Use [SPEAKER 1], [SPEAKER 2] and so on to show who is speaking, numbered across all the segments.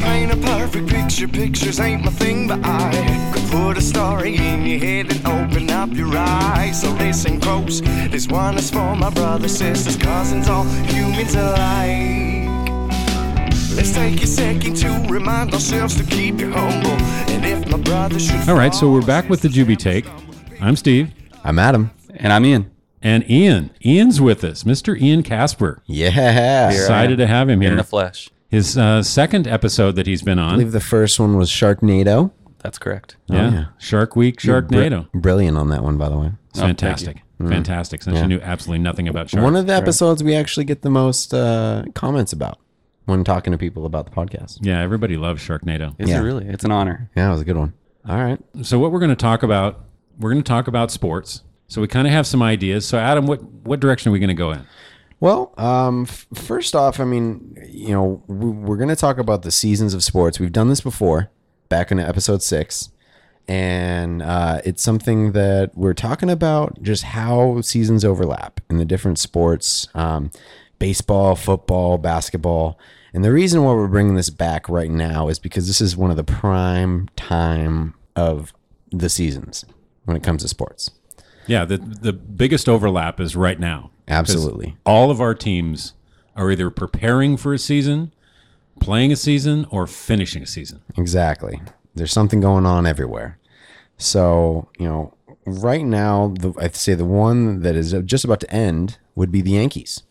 [SPEAKER 1] paint a perfect picture. Pictures ain't my thing, but I could put a story in your head and open up your eyes. So listen close. This one is for my brothers, sisters, cousins, all humans alike. Let's take a second to remind ourselves to keep you humble. And if my brother should
[SPEAKER 2] All right, so
[SPEAKER 1] fall,
[SPEAKER 2] we're back with the Juby take. I'm Steve,
[SPEAKER 3] I'm Adam.
[SPEAKER 4] And I'm in.
[SPEAKER 2] and Ian. Ian's with us, Mr. Ian Casper.
[SPEAKER 3] Yeah.
[SPEAKER 2] Excited to have him
[SPEAKER 4] In
[SPEAKER 2] here.
[SPEAKER 4] the flesh.
[SPEAKER 2] His uh, second episode that he's been
[SPEAKER 3] I
[SPEAKER 2] on.
[SPEAKER 3] believe the first one was Sharknado.
[SPEAKER 4] That's correct.
[SPEAKER 2] Yeah.
[SPEAKER 3] yeah. Oh,
[SPEAKER 2] Shark Week, Sharknado.
[SPEAKER 3] Br- brilliant on that one, by the way.
[SPEAKER 2] It's fantastic. Fantastic. Since you knew absolutely nothing about sharks.
[SPEAKER 3] Mm. One of the episodes we actually get the most uh, comments about when talking to people about the podcast.
[SPEAKER 2] yeah, everybody loves Sharknado.
[SPEAKER 4] Is
[SPEAKER 3] Yeah.
[SPEAKER 4] it really? It's an honor.
[SPEAKER 3] Yeah, it was a good one. All right.
[SPEAKER 2] So what we're going to talk about, we're going to talk about sports. So we kind of have some ideas. So Adam, what what direction are we going to go in?
[SPEAKER 3] Well, um, f- first off, I mean, you know, we- we're going to talk about the seasons of sports. We've done this before, back in episode six, and uh, it's something that we're talking about just how seasons overlap in the different sports, um, baseball, football, basketball. And the reason why we're bringing this back right now is because this is one of the prime time of the seasons when it comes to sports.
[SPEAKER 2] Yeah, the the biggest overlap is right now. 'Cause
[SPEAKER 3] Absolutely.
[SPEAKER 2] All of our teams are either preparing for a season, playing a season, or finishing a season.
[SPEAKER 3] Exactly. There's something going on everywhere. So, you know, right now, the, I'd say the one that is just about to end would be the Yankees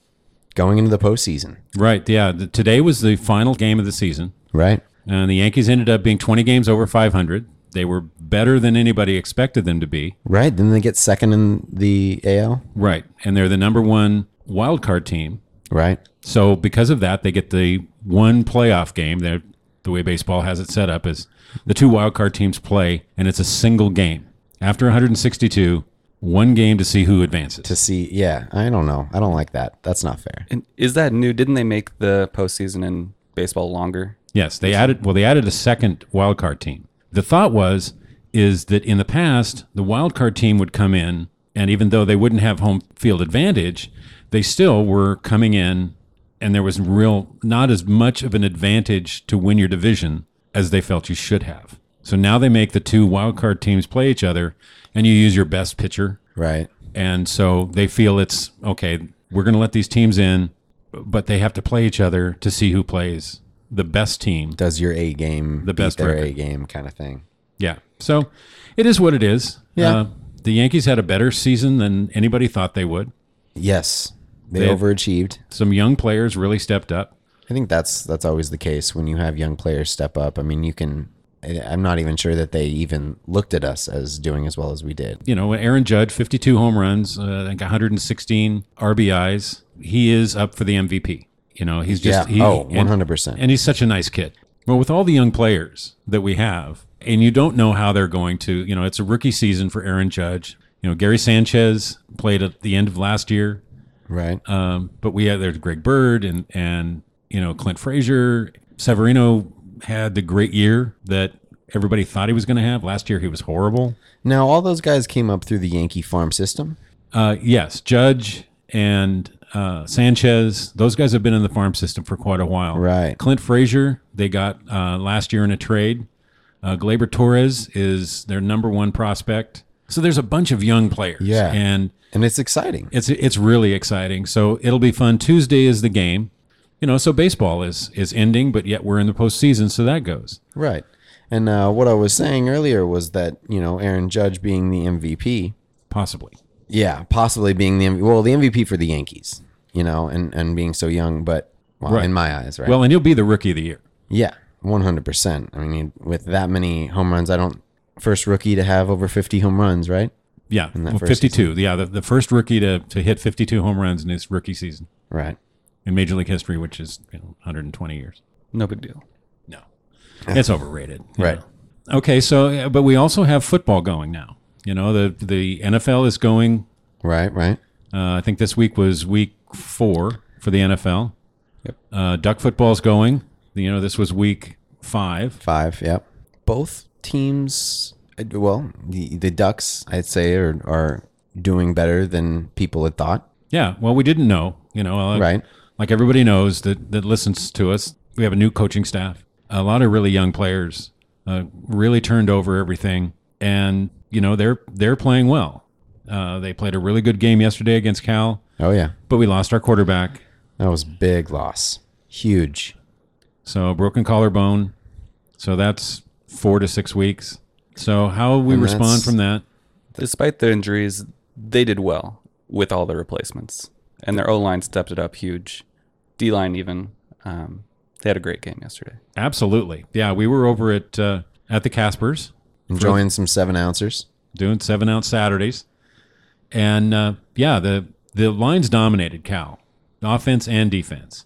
[SPEAKER 3] going into the postseason,
[SPEAKER 2] Right. Yeah. The, today was the final game of the season,
[SPEAKER 3] right?
[SPEAKER 2] and the Yankees ended up being 20 games over 500. They were better than anybody expected them to be.
[SPEAKER 3] Right. Then they get second in the AL,
[SPEAKER 2] Right. And they're the number one wild card team.
[SPEAKER 3] right?
[SPEAKER 2] So because of that, they get the one playoff game. They're, the way baseball has it set up is the two wildcard teams play, and it's a single game. After 162, one game to see who advances.
[SPEAKER 3] To see, yeah, I don't know. I don't like that. That's not fair.
[SPEAKER 4] And is that new? Didn't they make the postseason in baseball longer?
[SPEAKER 2] Yes, they added. Well, they added a second wild card team. The thought was is that in the past the wild card team would come in, and even though they wouldn't have home field advantage, they still were coming in, and there was real not as much of an advantage to win your division as they felt you should have. So now they make the two wild card teams play each other, and you use your best pitcher
[SPEAKER 3] Right.
[SPEAKER 2] and so they feel it's okay, we're going to let these teams in, but they have to play each other to see who plays the best team.
[SPEAKER 3] Does your A game
[SPEAKER 2] The best
[SPEAKER 3] beat their
[SPEAKER 2] record.
[SPEAKER 3] A game kind of thing?
[SPEAKER 2] Yeah. So it is what it is. Uh,
[SPEAKER 3] Yeah.
[SPEAKER 2] the Yankees had a better season than anybody thought they would.
[SPEAKER 3] Yes. They,
[SPEAKER 2] They-
[SPEAKER 3] overachieved.
[SPEAKER 2] Some young players really stepped up.
[SPEAKER 3] I think that's that's always the case when you have young players step up. I mean, you can. I- I'm not even sure that they even looked at us as doing as well as we did.
[SPEAKER 2] You know, Aaron Judge, 52 home runs, uh, I think 116 RBIs. He is up for the MVP. You know, he's just
[SPEAKER 3] Yeah.
[SPEAKER 2] he,
[SPEAKER 3] Oh,
[SPEAKER 2] and-
[SPEAKER 3] 100%.
[SPEAKER 2] And he's such a nice kid. Well, with all the young players that we have, and you don't know how they're going to, you know, it's a rookie season for Aaron Judge. You know, Gary Sanchez played at the end of last year,
[SPEAKER 3] Right.
[SPEAKER 2] um, but we had there's Greg Bird and and you know Clint Frazier. Severino had the great year that everybody thought he was going to have. Last year he was horrible.
[SPEAKER 3] Now all those guys came up through the Yankee farm system.
[SPEAKER 2] Uh, yes, Judge and uh, Sanchez. Those guys have been in the farm system for quite a while.
[SPEAKER 3] Right.
[SPEAKER 2] Clint Frazier, they got uh, last year in a trade. Uh, Glaber Torres is their number one prospect. So there's a bunch of young players.
[SPEAKER 3] Yeah.
[SPEAKER 2] And
[SPEAKER 3] And it's exciting.
[SPEAKER 2] it's it's really exciting. So it'll be fun. Tuesday is the game. You know, so baseball is is ending, but yet we're in the postseason, so that goes.
[SPEAKER 3] Right. And uh, what I was saying earlier was that, you know, Aaron Judge being the MVP,
[SPEAKER 2] Possibly.
[SPEAKER 3] yeah, possibly being the M- well, the MVP for the Yankees, you know, and and being so young, but well,
[SPEAKER 2] Right.
[SPEAKER 3] in my eyes, right?
[SPEAKER 2] Well, and he'll be the rookie of the year.
[SPEAKER 3] Yeah, one hundred percent. I mean, with that many home runs, I don't first rookie to have over fifty home runs, right?
[SPEAKER 2] Yeah.
[SPEAKER 3] that
[SPEAKER 2] Well,
[SPEAKER 3] first
[SPEAKER 2] 52. Yeah, the, the first rookie to, to hit 52 home runs in his rookie season.
[SPEAKER 3] Right.
[SPEAKER 2] in Major League history, which is you know, 120 years.
[SPEAKER 4] No big deal.
[SPEAKER 2] No, it's overrated. you
[SPEAKER 3] Right.
[SPEAKER 2] know. Okay. So, uh, but we also have football going now. You know, the the NFL is going.
[SPEAKER 3] Right. Right.
[SPEAKER 2] Uh, I think this week was week four for the NFL. Yep. Uh, duck football's going. You know, this was week five.
[SPEAKER 3] Five. Yep. Both teams. uh, Well, the the Ducks, I'd say, are are doing better than people had thought.
[SPEAKER 2] Yeah. Well, we didn't know. You know, uh,
[SPEAKER 3] Right.
[SPEAKER 2] Like everybody knows that that listens to us, we have a new coaching staff. a lot of really young players uh, really turned over everything, and you know they're they're playing well. Uh, they played a really good game yesterday against Cal,
[SPEAKER 3] Oh yeah,
[SPEAKER 2] but we lost our quarterback,
[SPEAKER 3] that was big loss, huge.
[SPEAKER 2] so a broken collarbone. So that's four to six weeks. So how we
[SPEAKER 3] And
[SPEAKER 2] respond
[SPEAKER 3] that's-
[SPEAKER 2] from that?
[SPEAKER 4] Despite the injuries, they did well with all their replacements, and their O line stepped it up huge. D line even. Um, they had a great game yesterday.
[SPEAKER 2] Absolutely, yeah. We were over at uh, at the Caspers
[SPEAKER 3] Enjoying some seven ouncers.
[SPEAKER 2] doing seven ounce Saturdays, and uh, yeah, the the lines dominated Cal, offense and defense.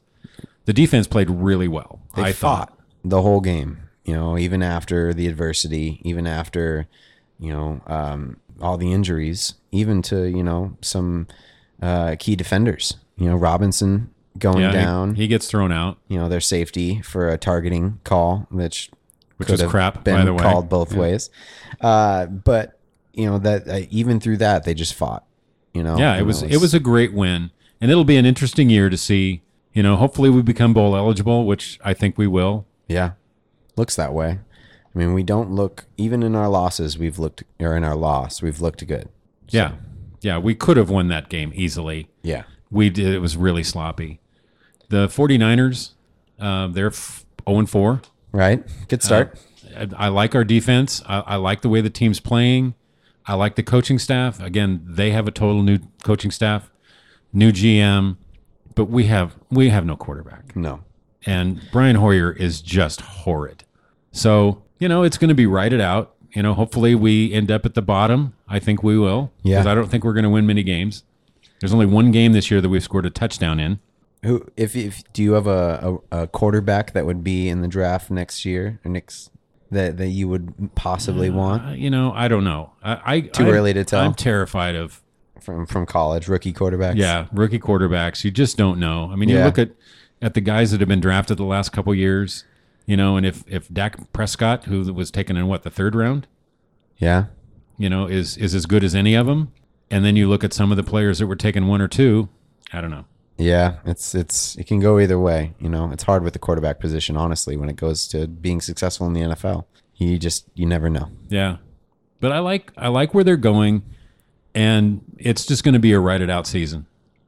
[SPEAKER 2] The defense played really well.
[SPEAKER 3] They
[SPEAKER 2] I
[SPEAKER 3] fought the whole game. You know, even after the adversity, even after you know um, all the injuries, even to you know some uh, key defenders. You know, Robinson going
[SPEAKER 2] Yeah, he-
[SPEAKER 3] down.
[SPEAKER 2] He, gets thrown out.
[SPEAKER 3] you know their safety for a targeting call, which
[SPEAKER 2] Which
[SPEAKER 3] could
[SPEAKER 2] is
[SPEAKER 3] have
[SPEAKER 2] crap,
[SPEAKER 3] been
[SPEAKER 2] by the way.
[SPEAKER 3] called both ways. Uh, but you know that uh, even through that they just fought. You know,
[SPEAKER 2] yeah, it
[SPEAKER 3] and
[SPEAKER 2] was it was a great win, and it'll be an interesting year to see. You know, hopefully we become bowl eligible, which I think we will.
[SPEAKER 3] Yeah. Looks that way. I mean, we don't look even in our losses, we've looked or in our loss, we've looked good.
[SPEAKER 2] Yeah, yeah, we could have won that game easily.
[SPEAKER 3] Yeah.
[SPEAKER 2] We did. It was really sloppy. The 49ers, uh, they're f- 0 and 4.
[SPEAKER 3] Right? Good start.
[SPEAKER 2] I, I like our defense. I, I like the way the team's playing. I like the coaching staff. Again, they have a total new coaching staff, new GM, but we have we have no quarterback,
[SPEAKER 3] no.
[SPEAKER 2] and Brian Hoyer is just horrid. So you know it's going to be righted out. You know, hopefully we end up at the bottom. I think we will.
[SPEAKER 3] Yeah.
[SPEAKER 2] 'cause I don't think we're going to win many games. There's only one game this year that we've scored a touchdown in.
[SPEAKER 3] Who if if do you have a, a, a quarterback that would be in the draft next year or next that that you would possibly want
[SPEAKER 2] Uh, you know, I don't know. I, I
[SPEAKER 3] Too
[SPEAKER 2] I-
[SPEAKER 3] early to tell.
[SPEAKER 2] I'm terrified of
[SPEAKER 3] from from college rookie quarterbacks?
[SPEAKER 2] Yeah, rookie quarterbacks. You just don't know. I mean, you
[SPEAKER 3] Yeah.
[SPEAKER 2] look at at the guys that have been drafted the last couple years, you know, and if if Dak Prescott, who was taken in what the third round,
[SPEAKER 3] Yeah.
[SPEAKER 2] you know, is is as good as any of them, and then you look at some of the players that were taken one or two, I don't know.
[SPEAKER 3] Yeah, it's it's it can go either way. You know, it's hard with the quarterback position, honestly, when it goes to being successful in the NFL. You just you never know.
[SPEAKER 2] Yeah, but I like I like where they're going, and it's just going to be a write it out season.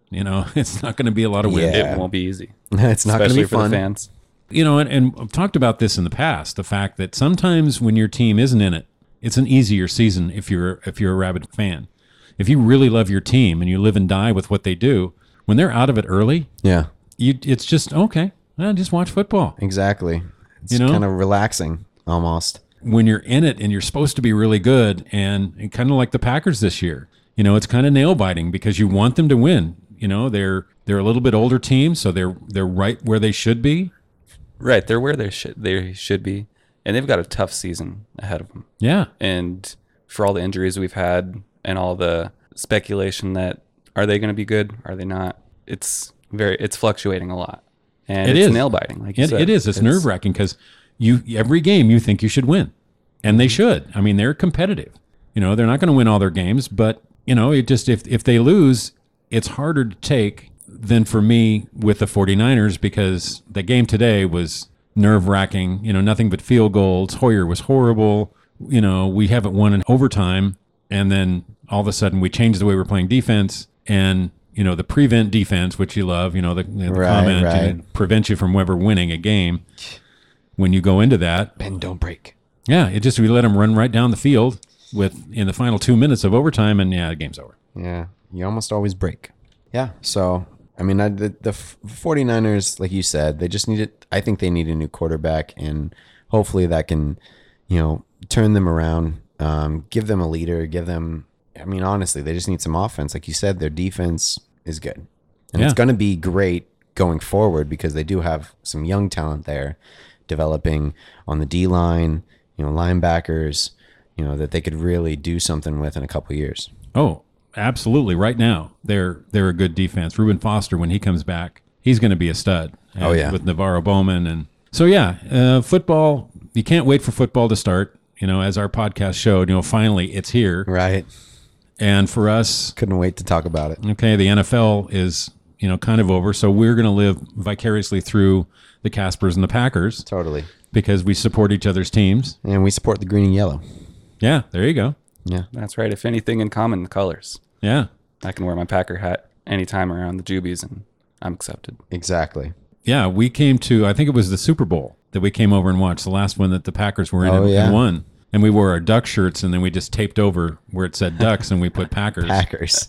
[SPEAKER 2] You know, it's not going to be a lot of wins.
[SPEAKER 3] Yeah.
[SPEAKER 4] It won't be easy,
[SPEAKER 3] it's not going to
[SPEAKER 4] especially
[SPEAKER 3] be
[SPEAKER 4] for
[SPEAKER 3] fun.
[SPEAKER 4] the fans.
[SPEAKER 2] You know, and, and I've talked about this in the past, the fact that sometimes when your team isn't in it, it's an easier season if you're if you're a rabid fan. If you really love your team and you live and die with what they do, when they're out of it early,
[SPEAKER 3] Yeah,
[SPEAKER 2] you it's just okay. Well, just watch football.
[SPEAKER 3] exactly. It's
[SPEAKER 2] You know?
[SPEAKER 3] kind of relaxing almost.
[SPEAKER 2] When you're in it and you're supposed to be really good, and, and kind of like the Packers this year, you know, it's kind of nail biting because you want them to win. You know, they're they're a little bit older team, so they're they're right where they should be.
[SPEAKER 4] Right, they're where they should they should be, and they've got a tough season ahead of them.
[SPEAKER 2] Yeah,
[SPEAKER 4] And for all the injuries we've had and all the speculation that are they going to be good, are they not? It's very it's fluctuating a lot, and
[SPEAKER 2] It
[SPEAKER 4] it's
[SPEAKER 2] is.
[SPEAKER 4] nail biting. Like you
[SPEAKER 2] It,
[SPEAKER 4] said.
[SPEAKER 2] it is. It's, nerve wracking because you every game you think you should win, and
[SPEAKER 4] Mm-hmm.
[SPEAKER 2] they should. I mean, they're competitive. You know, they're not going to win all their games, but you know, it just if if they lose, it's harder to take than for me with the 49ers because the game today was nerve wracking. You know, nothing but field goals. Hoyer was horrible. You know, we haven't won in overtime, and then all of a sudden we changed the way we're playing defense and. You know the prevent defense, which you love. You know the, the
[SPEAKER 3] Right,
[SPEAKER 2] comment
[SPEAKER 3] right.
[SPEAKER 2] and prevent you from ever winning a game when you go into that.
[SPEAKER 3] Bend, don't break.
[SPEAKER 2] Yeah, it just we let them run right down the field with in the final two minutes of overtime, and yeah, the game's over.
[SPEAKER 3] Yeah, you almost always break. Yeah. So I mean, I, the the 49ers, like you said, they just need it. I think they need a new quarterback, and hopefully that can, you know, turn them around, um, give them a leader, give them. I mean, honestly, they just need some offense. Like you said, their defense is good, and it's
[SPEAKER 2] Yeah.
[SPEAKER 3] going to be great going forward because they do have some young talent there developing on the D line, you know, linebackers, you know, that they could really do something with in a couple years.
[SPEAKER 2] Oh, absolutely! Right now, they're they're a good defense. Reuben Foster, when he comes back, he's going to be a stud.
[SPEAKER 3] Oh,
[SPEAKER 2] And
[SPEAKER 3] yeah.
[SPEAKER 2] with Navarro Bowman, and so yeah, uh, football. You can't wait for football to start. You know, as our podcast showed, you know, finally it's here,
[SPEAKER 3] Right.
[SPEAKER 2] and for us,
[SPEAKER 3] Couldn't wait to talk about it.
[SPEAKER 2] okay, the NFL is you know, kind of over. So we're going to live vicariously through the Caspers and the Packers
[SPEAKER 3] Totally.
[SPEAKER 2] because we support each other's teams.
[SPEAKER 3] And we support the green and yellow.
[SPEAKER 2] Yeah, there you go.
[SPEAKER 3] Yeah.
[SPEAKER 4] That's right. If anything in common, the colors.
[SPEAKER 2] Yeah.
[SPEAKER 4] I can wear my Packer hat anytime around the Jubies and I'm accepted.
[SPEAKER 3] Exactly.
[SPEAKER 2] Yeah, we came to I think it was the Super Bowl that we came over and watched, the last one that the Packers were in
[SPEAKER 3] Oh,
[SPEAKER 2] and,
[SPEAKER 3] yeah.
[SPEAKER 2] and won. And we wore our duck shirts and then we just taped over where it said ducks and we put Packers.
[SPEAKER 3] Packers.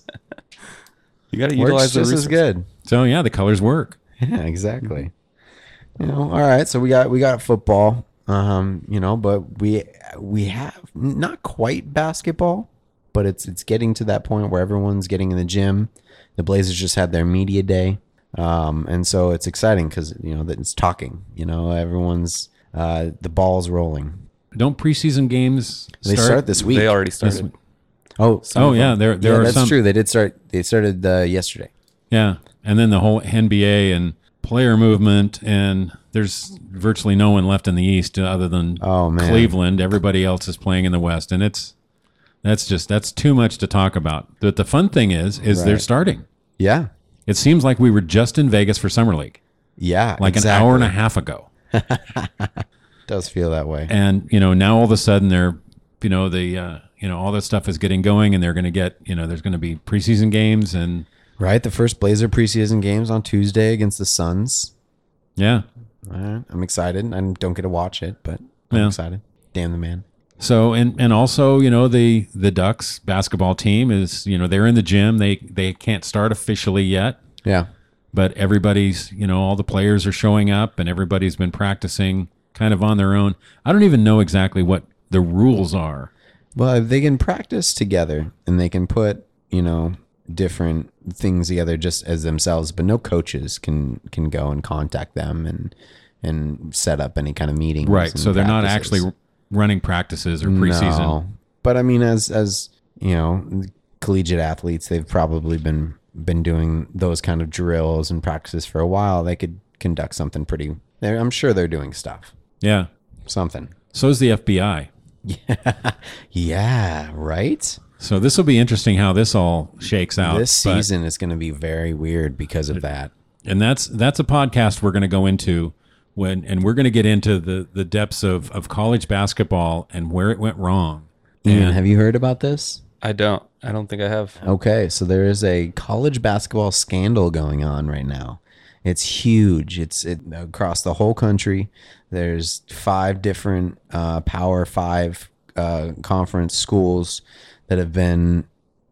[SPEAKER 4] You got to
[SPEAKER 3] Works
[SPEAKER 4] utilize the
[SPEAKER 3] just as
[SPEAKER 4] resources.
[SPEAKER 3] good.
[SPEAKER 2] So yeah, the colors work.
[SPEAKER 3] Yeah, exactly. You know, all right. So we got we got football. Um, you know, but we we have not quite basketball, but it's it's getting to that point where everyone's getting in the gym. The Blazers just had their media day, um, and so it's exciting because you know that it's talking. You know, everyone's uh, the ball's rolling.
[SPEAKER 2] Don't preseason games
[SPEAKER 3] They
[SPEAKER 2] start?
[SPEAKER 3] start, this week.
[SPEAKER 4] They already
[SPEAKER 2] this
[SPEAKER 4] started.
[SPEAKER 2] week?
[SPEAKER 3] oh,
[SPEAKER 2] Oh yeah, there there
[SPEAKER 3] yeah,
[SPEAKER 2] are
[SPEAKER 3] that's
[SPEAKER 2] some.
[SPEAKER 3] true. They did start. They started uh, yesterday.
[SPEAKER 2] Yeah, and then the whole NBA and player movement, and there's virtually no one left in the East other than
[SPEAKER 3] Oh, man.
[SPEAKER 2] Cleveland. Everybody else is playing in the West, and it's that's just that's too much to talk about. But the fun thing is, is they're
[SPEAKER 3] Right.
[SPEAKER 2] starting.
[SPEAKER 3] Yeah,
[SPEAKER 2] It seems like we were just in Vegas for summer league,
[SPEAKER 3] yeah.
[SPEAKER 2] like an
[SPEAKER 3] exactly.
[SPEAKER 2] hour and a half ago,
[SPEAKER 3] Does feel that way.
[SPEAKER 2] and you know now all of a sudden they're you know the uh, you know all that stuff is getting going, and they're going to get you know there's going to be preseason games, and
[SPEAKER 3] Right, the first Blazer preseason games on Tuesday against the Suns.
[SPEAKER 2] yeah,
[SPEAKER 3] All right, I'm excited. I don't get to watch it, but I'm
[SPEAKER 2] Yeah.
[SPEAKER 3] excited. Damn the man.
[SPEAKER 2] So and and also you know the the Ducks basketball team is you know they're in the gym they they can't start officially yet
[SPEAKER 3] Yeah,
[SPEAKER 2] but everybody's you know all the players are showing up and everybody's been practicing kind of on their own I don't even know exactly what the rules are
[SPEAKER 3] well, if they can practice together and they can put you know different things together just as themselves, but no coaches can can go and contact them and and set up any kind of meetings.
[SPEAKER 2] right
[SPEAKER 3] and
[SPEAKER 2] so they're not
[SPEAKER 3] practices.
[SPEAKER 2] actually running practices or preseason
[SPEAKER 3] No. But I mean, as as you know, collegiate athletes, they've probably been been doing those kind of drills and practices for a while. They could conduct something pretty. They're, I'm sure they're doing stuff,
[SPEAKER 2] yeah
[SPEAKER 3] something.
[SPEAKER 2] so is the FBI
[SPEAKER 3] Yeah, right.
[SPEAKER 2] so this will be interesting how this all shakes out
[SPEAKER 3] this
[SPEAKER 2] Uh, but-
[SPEAKER 3] season is going to be very weird because of that.
[SPEAKER 2] and that's that's a podcast we're going to go into when and we're going to get into the the depths of of college basketball and where it went wrong
[SPEAKER 3] Ian, have you heard about this?
[SPEAKER 4] I don't. I don't think I have.
[SPEAKER 3] Okay, so there is a college basketball scandal going on right now. It's huge. It's it, across the whole country. There's five different uh, Power Five uh, conference schools that have been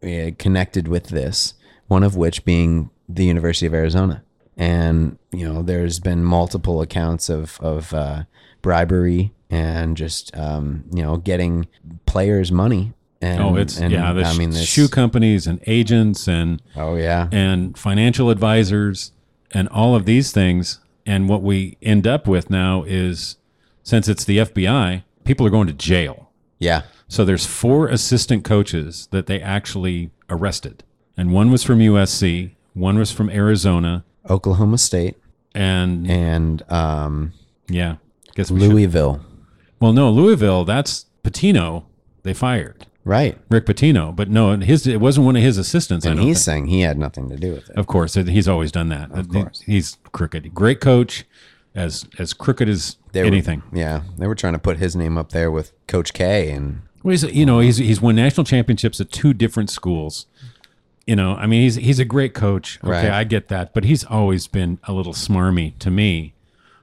[SPEAKER 3] uh, connected with this. One of which being the University of Arizona. And you know, there's been multiple accounts of of uh, bribery and just um, you know getting players money. And,
[SPEAKER 2] oh it's
[SPEAKER 3] and,
[SPEAKER 2] yeah the
[SPEAKER 3] I mean,
[SPEAKER 2] sh-
[SPEAKER 3] this-
[SPEAKER 2] shoe companies and agents and
[SPEAKER 3] Oh yeah.
[SPEAKER 2] and financial advisors and all of these things and what we end up with now is since it's the FBI people are going to jail
[SPEAKER 3] Yeah.
[SPEAKER 2] So there's four assistant coaches that they actually arrested. And one was from USC, one was from Arizona,
[SPEAKER 3] Oklahoma State
[SPEAKER 2] and
[SPEAKER 3] and um,
[SPEAKER 2] yeah, guess we should-
[SPEAKER 3] Louisville.
[SPEAKER 2] Well, no, Louisville, that's Patino. They fired
[SPEAKER 3] Right.
[SPEAKER 2] Rick Patino, but no, and his it wasn't one of his assistants, I
[SPEAKER 3] And
[SPEAKER 2] don't
[SPEAKER 3] he's
[SPEAKER 2] think.
[SPEAKER 3] saying he had nothing to do with it.
[SPEAKER 2] Of course, he's always done that. Of
[SPEAKER 3] course.
[SPEAKER 2] He's crooked. Great coach, as as crooked as
[SPEAKER 3] They were-
[SPEAKER 2] anything.
[SPEAKER 3] yeah. They were trying to put his name up there with Coach K and
[SPEAKER 2] Well, he's you know he's he's won national championships at two different schools. You know, I mean he's he's a great coach. Okay,
[SPEAKER 3] Right.
[SPEAKER 2] I get that, but he's always been a little smarmy to me.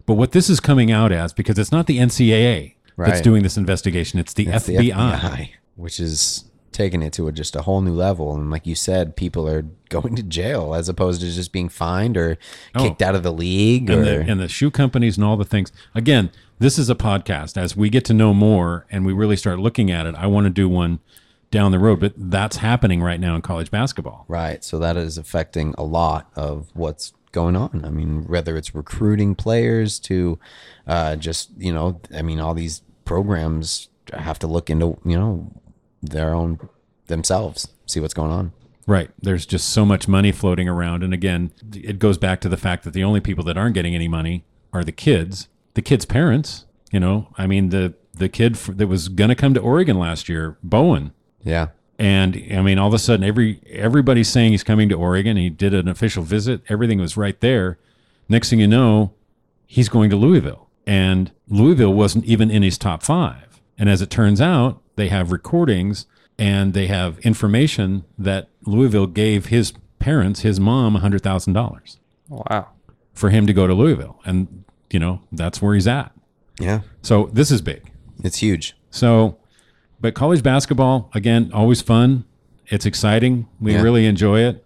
[SPEAKER 2] But what this is coming out as because it's not the NCAA that's
[SPEAKER 3] Right.
[SPEAKER 2] doing this investigation; it's the,
[SPEAKER 3] the
[SPEAKER 2] FBI.
[SPEAKER 3] FBI, which is taking it to a, just a whole new level. And like you said, people are going to jail as opposed to just being fined or kicked out of the league or
[SPEAKER 2] Oh. and the, and the shoe companies and all the things. Again, this is a podcast. As we get to know more and we really start looking at it, I want to do one down the road. But that's happening right now in college basketball.
[SPEAKER 3] Right. So that is affecting a lot of what's going on. I mean, whether it's recruiting players to uh, just, you know, I mean, all these programs have to look into, you know, their own themselves, see what's going on.
[SPEAKER 2] Right. There's just so much money floating around. And again, it goes back to the fact that the only people that aren't getting any money are the kids, the kids' parents. You know, I mean, the, the kid f- that was going to come to Oregon last year, Bowen,
[SPEAKER 3] Yeah.
[SPEAKER 2] And I mean, all of a sudden, every everybody's saying he's coming to Oregon. He did an official visit. Everything was right there. Next thing you know, he's going to Louisville, and Louisville wasn't even in his top five. And as it turns out, they have recordings and they have information that Louisville gave his parents, his mom, hundred thousand dollars
[SPEAKER 4] Wow.
[SPEAKER 2] for him to go to Louisville, and you know that's where he's at.
[SPEAKER 3] Yeah,
[SPEAKER 2] So this is big.
[SPEAKER 3] it's huge.
[SPEAKER 2] So, but college basketball, again, always fun. It's exciting. We
[SPEAKER 3] Yeah.
[SPEAKER 2] really enjoy it.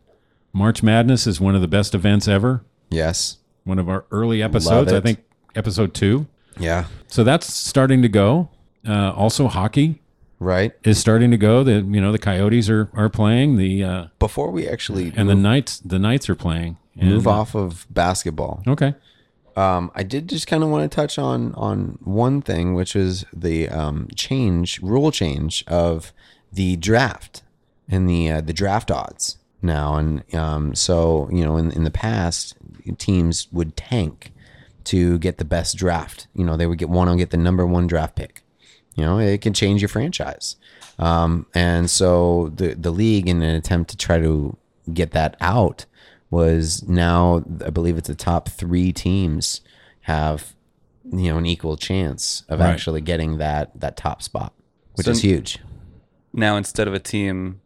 [SPEAKER 2] March Madness is one of the best events ever.
[SPEAKER 3] Yes.
[SPEAKER 2] One of our early episodes, I
[SPEAKER 3] it.
[SPEAKER 2] think episode two.
[SPEAKER 3] Yeah.
[SPEAKER 2] So that's starting to go. Uh, also, hockey
[SPEAKER 3] Right.
[SPEAKER 2] is starting to go. The you know the Coyotes are are playing the uh,
[SPEAKER 3] Before we actually
[SPEAKER 2] and the Knights the Knights are playing. And,
[SPEAKER 3] move off of basketball,
[SPEAKER 2] Okay.
[SPEAKER 3] um, I did just kind of want to touch on on one thing, which is the um, change rule change of the draft and the uh, the draft odds now. And um, so you know, in in the past, teams would tank to get the best draft. You know, they would get one and get the number one draft pick. You know, it can change your franchise. Um, and so the the league, in an attempt to try to get that out, was now I believe it's the top three teams have you know an equal chance of
[SPEAKER 2] Right.
[SPEAKER 3] actually getting that that top spot, which
[SPEAKER 4] So-
[SPEAKER 3] is huge.
[SPEAKER 4] Now instead of a team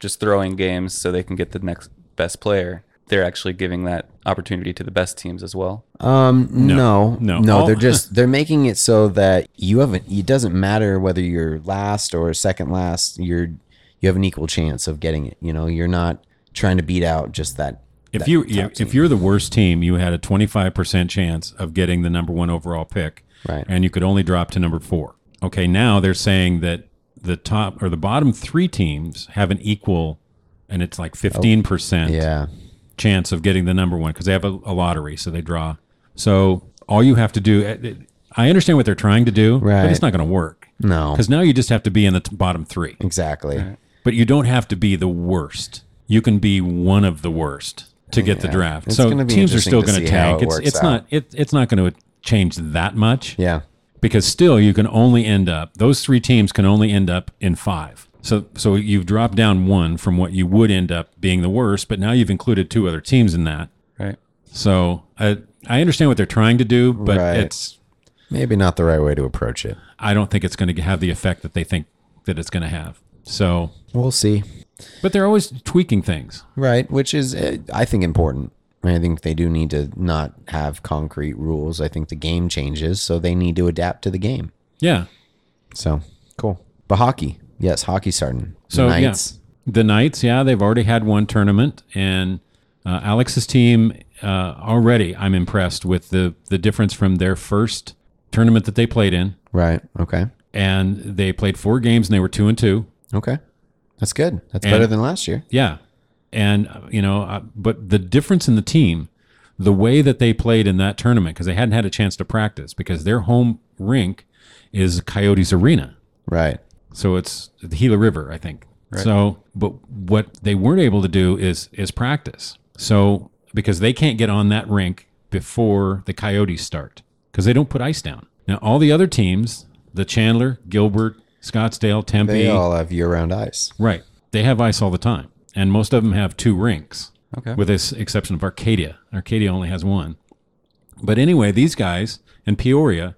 [SPEAKER 4] just throwing games so they can get the next best player, they're actually giving that opportunity to the best teams as well.
[SPEAKER 3] Um, no,
[SPEAKER 2] no.
[SPEAKER 3] no, no.
[SPEAKER 2] Oh.
[SPEAKER 3] They're just they're making it so that you haven't. It doesn't matter whether you're last or second last. You're you have an equal chance of getting it. You know, you're not trying to beat out just that.
[SPEAKER 2] If
[SPEAKER 3] that
[SPEAKER 2] you
[SPEAKER 3] top team.
[SPEAKER 2] if you're the worst team, you had a 25% chance of getting the number 1 overall pick.
[SPEAKER 3] Right.
[SPEAKER 2] And you could only drop to number 4. Okay, now they're saying that the top or the bottom 3 teams have an equal and it's like 15%
[SPEAKER 3] Oh, yeah,
[SPEAKER 2] chance of getting the number 1 cuz they have a, a lottery, so they draw. So all you have to do it- it- I understand what they're trying to do, but it's
[SPEAKER 3] Right.
[SPEAKER 2] not going to work.
[SPEAKER 3] No.
[SPEAKER 2] Cuz now you just have to be in the t- bottom 3.
[SPEAKER 3] exactly.
[SPEAKER 2] But you don't have to be the worst. You can be one of the worst to get the draft.
[SPEAKER 3] It's
[SPEAKER 2] so
[SPEAKER 3] gonna be
[SPEAKER 2] teams are
[SPEAKER 3] interesting
[SPEAKER 2] still
[SPEAKER 3] to
[SPEAKER 2] going to
[SPEAKER 3] see how
[SPEAKER 2] tank.
[SPEAKER 3] it
[SPEAKER 2] It's
[SPEAKER 3] works
[SPEAKER 2] it's
[SPEAKER 3] out.
[SPEAKER 2] not it, it's not going to change that much
[SPEAKER 3] Yeah,
[SPEAKER 2] because still you can only end up those three teams can only end up in five. So so you've dropped down one from what you would end up being the worst, but now you've included two other teams in that.
[SPEAKER 4] Right.
[SPEAKER 2] So I I understand what they're trying to do, but
[SPEAKER 3] Right.
[SPEAKER 2] it's
[SPEAKER 3] maybe not the right way to approach it.
[SPEAKER 2] I don't think it's going to have the effect that they think that it's going to have. So,
[SPEAKER 3] We'll see.
[SPEAKER 2] but they're always tweaking things.
[SPEAKER 3] Right, which is uh, I think important. I think they do need to not have concrete rules. I think the game changes, so they need to adapt to the game.
[SPEAKER 2] Yeah.
[SPEAKER 3] So cool. But hockey, yes, hockey starting. The
[SPEAKER 2] So
[SPEAKER 3] Knights.
[SPEAKER 2] yeah, the Knights, yeah, they've already had one tournament, and uh, Alex's team uh, already. I'm impressed with the the difference from their first tournament that they played in,
[SPEAKER 3] Right. Okay.
[SPEAKER 2] and they played four games and they were two and two.
[SPEAKER 3] Okay. That's good. That's
[SPEAKER 2] And-
[SPEAKER 3] better than last year.
[SPEAKER 2] Yeah, and uh, you know, uh, but the difference in the team, the way that they played in that tournament, because they hadn't had a chance to practice, because their home rink is Coyotes Arena.
[SPEAKER 3] Right.
[SPEAKER 2] So it's the Gila River, I think. So, but what they weren't able to do is is practice. So because they can't get on that rink before the Coyotes start because they don't put ice down. Now all the other teams, the Chandler, Gilbert, Scottsdale, Tempe,
[SPEAKER 3] They all have year-round ice.
[SPEAKER 2] right? They have ice all the time, and most of them have two rinks,
[SPEAKER 4] Okay.
[SPEAKER 2] with this exception of Arcadia. Arcadia only has one. But anyway, these guys in Peoria,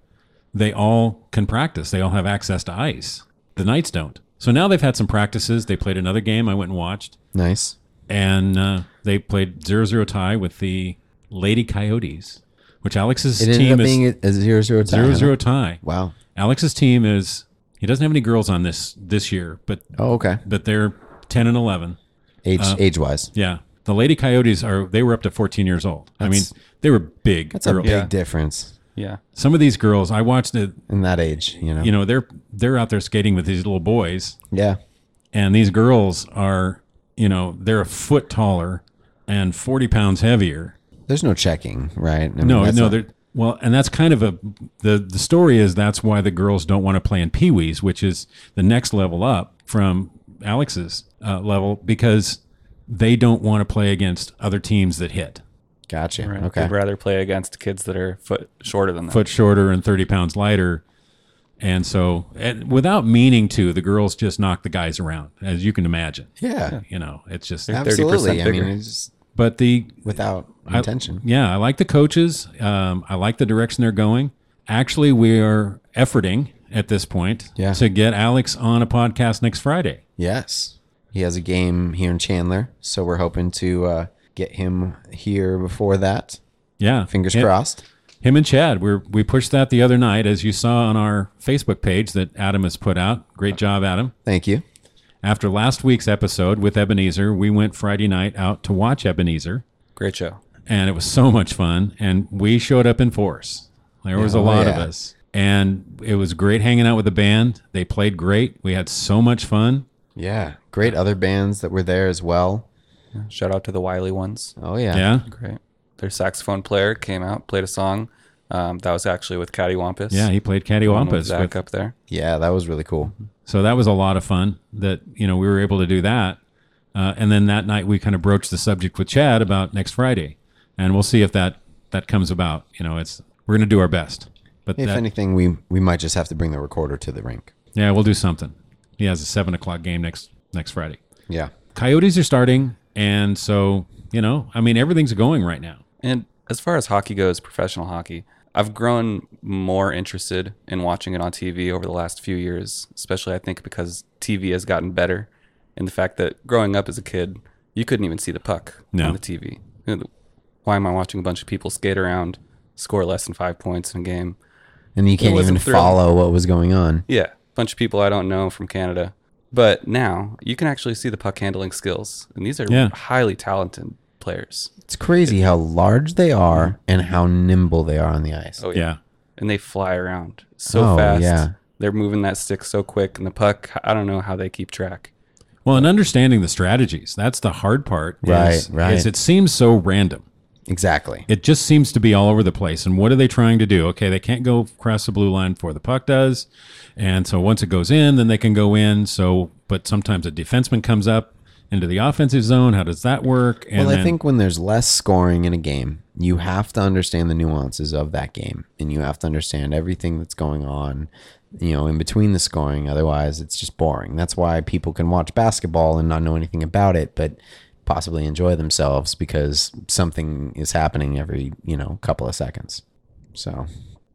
[SPEAKER 2] they all can practice. They all have access to ice. The Knights don't. So now they've had some practices. They played another game I went and watched,
[SPEAKER 3] Nice.
[SPEAKER 2] and uh, they played 0 0 tie with the Lady Coyotes, which Alex's
[SPEAKER 3] It ended
[SPEAKER 2] team
[SPEAKER 3] up
[SPEAKER 2] is
[SPEAKER 3] being a zero-zero tie.
[SPEAKER 2] 0 0 tie.
[SPEAKER 3] Wow.
[SPEAKER 2] Alex's team is, he doesn't have any girls on this this year, but,
[SPEAKER 3] Oh, okay.
[SPEAKER 2] but they're 10 and 11.
[SPEAKER 3] Age
[SPEAKER 2] Uh,
[SPEAKER 3] age-wise,
[SPEAKER 2] Yeah. The Lady Coyotes are, they were up to 14 years old. I mean,
[SPEAKER 3] That's-
[SPEAKER 2] they were big.
[SPEAKER 3] that's a
[SPEAKER 2] girls.
[SPEAKER 3] big
[SPEAKER 4] Yeah.
[SPEAKER 3] difference
[SPEAKER 4] Yeah.
[SPEAKER 2] Some of these girls, I watched it,
[SPEAKER 3] in that age. You know.
[SPEAKER 2] you know, they're, they're out there skating with these little boys
[SPEAKER 3] Yeah.
[SPEAKER 2] and these girls are, you know, they're a foot taller and 40 pounds heavier.
[SPEAKER 3] There's no checking, right? I mean,
[SPEAKER 2] No,
[SPEAKER 3] that's
[SPEAKER 2] no,
[SPEAKER 3] not-
[SPEAKER 2] they're, well, and that's kind of a, the, the story is that's why the girls don't want to play in peewees, which is the next level up from Alex's uh, level because they don't want to play against other teams that hit.
[SPEAKER 3] Gotcha.
[SPEAKER 4] Right.
[SPEAKER 3] Okay.
[SPEAKER 4] They'd rather play against kids that are foot shorter than them.
[SPEAKER 2] foot shorter and 30 pounds lighter And so, and without meaning to, the girls just knock the guys around, as you can imagine.
[SPEAKER 3] Yeah,
[SPEAKER 2] You know, it's just.
[SPEAKER 3] absolutely. I mean,
[SPEAKER 4] bigger.
[SPEAKER 3] it's just
[SPEAKER 2] But the
[SPEAKER 3] without
[SPEAKER 2] I-
[SPEAKER 3] intention.
[SPEAKER 2] yeah, I like the coaches. Um, I like the direction they're going. Actually, we are efforting at this point
[SPEAKER 3] Yeah.
[SPEAKER 2] to get Alex on a podcast next Friday.
[SPEAKER 3] Yes, he has a game here in Chandler, so we're hoping to uh, get him here before that.
[SPEAKER 2] Yeah,
[SPEAKER 3] Fingers
[SPEAKER 2] Him-
[SPEAKER 3] crossed.
[SPEAKER 2] Him and Chad, we we pushed that the other night, as you saw on our Facebook page that Adam has put out. Great job, Adam.
[SPEAKER 3] Thank you.
[SPEAKER 2] After last week's episode with Ebenezer, we went Friday night out to watch Ebenezer,
[SPEAKER 4] Great show.
[SPEAKER 2] and it was so much fun. And we showed up in force. There was a
[SPEAKER 3] Oh,
[SPEAKER 2] lot of
[SPEAKER 3] yeah.
[SPEAKER 2] us, and it was great hanging out with the band. They played great. We had so much fun.
[SPEAKER 3] Yeah, great other bands that were there as well.
[SPEAKER 4] Shout out to the Wiley ones.
[SPEAKER 3] Oh yeah,
[SPEAKER 2] Yeah,
[SPEAKER 4] Great. Their saxophone player came out, played a song. Um, that was actually with Caddy Wampus.
[SPEAKER 2] yeah. He played Cattywampus
[SPEAKER 4] Zach
[SPEAKER 2] with
[SPEAKER 4] up there.
[SPEAKER 3] yeah, that was really cool.
[SPEAKER 2] So that was a lot of fun that, you know, we were able to do that. Uh, and then that night we kind of broached the subject with Chad about next Friday. And we'll see if that, that comes about. You know, it's, we're going to do our best. But
[SPEAKER 3] If
[SPEAKER 2] that,
[SPEAKER 3] anything, we we might just have to bring the recorder to the rink.
[SPEAKER 2] yeah, we'll do something. He has a seven o'clock game next, next Friday.
[SPEAKER 3] Yeah,
[SPEAKER 2] Coyotes are starting. And so, you know, I mean, everything's going right now.
[SPEAKER 4] And as far as hockey goes, professional hockey, I've grown more interested in watching it on TV over the last few years, especially I think because TV has gotten better. And the fact that growing up as a kid, you couldn't even see the puck
[SPEAKER 2] No.
[SPEAKER 4] on the TV. You know, Why am I watching a bunch of people skate around, score less than five points in a game?
[SPEAKER 3] and you can't
[SPEAKER 4] wasn't
[SPEAKER 3] even
[SPEAKER 4] thrilling.
[SPEAKER 3] follow what was going on.
[SPEAKER 4] Yeah, bunch of people I don't know from Canada. But now you can actually see the puck handling skills, and these are
[SPEAKER 2] Yeah.
[SPEAKER 4] highly talented players.
[SPEAKER 3] It's crazy how large they are and how nimble they are on the ice.
[SPEAKER 4] Oh
[SPEAKER 2] Yeah.
[SPEAKER 4] and they fly around so
[SPEAKER 3] Oh,
[SPEAKER 4] fast.
[SPEAKER 3] yeah.
[SPEAKER 4] They're moving that stick so quick, and the puck. I don't know how they keep track.
[SPEAKER 2] Well, and understanding the strategies, that's the hard part. is-
[SPEAKER 3] Right, right.
[SPEAKER 2] Is it seems so random.
[SPEAKER 3] Exactly.
[SPEAKER 2] it just seems to be all over the place. And what are they trying to do? Okay, they can't go across the blue line before the puck does. And so once it goes in, then they can go in. So, but sometimes a defenseman comes up into the offensive zone. How does that work? And
[SPEAKER 3] Well, I
[SPEAKER 2] then-
[SPEAKER 3] think when there's less scoring in a game, you have to understand the nuances of that game and you have to understand everything that's going on, you know, in between the scoring. Otherwise, it's just boring. That's why people can watch basketball and not know anything about it, but possibly enjoy themselves because something is happening every, you know, couple of seconds. So,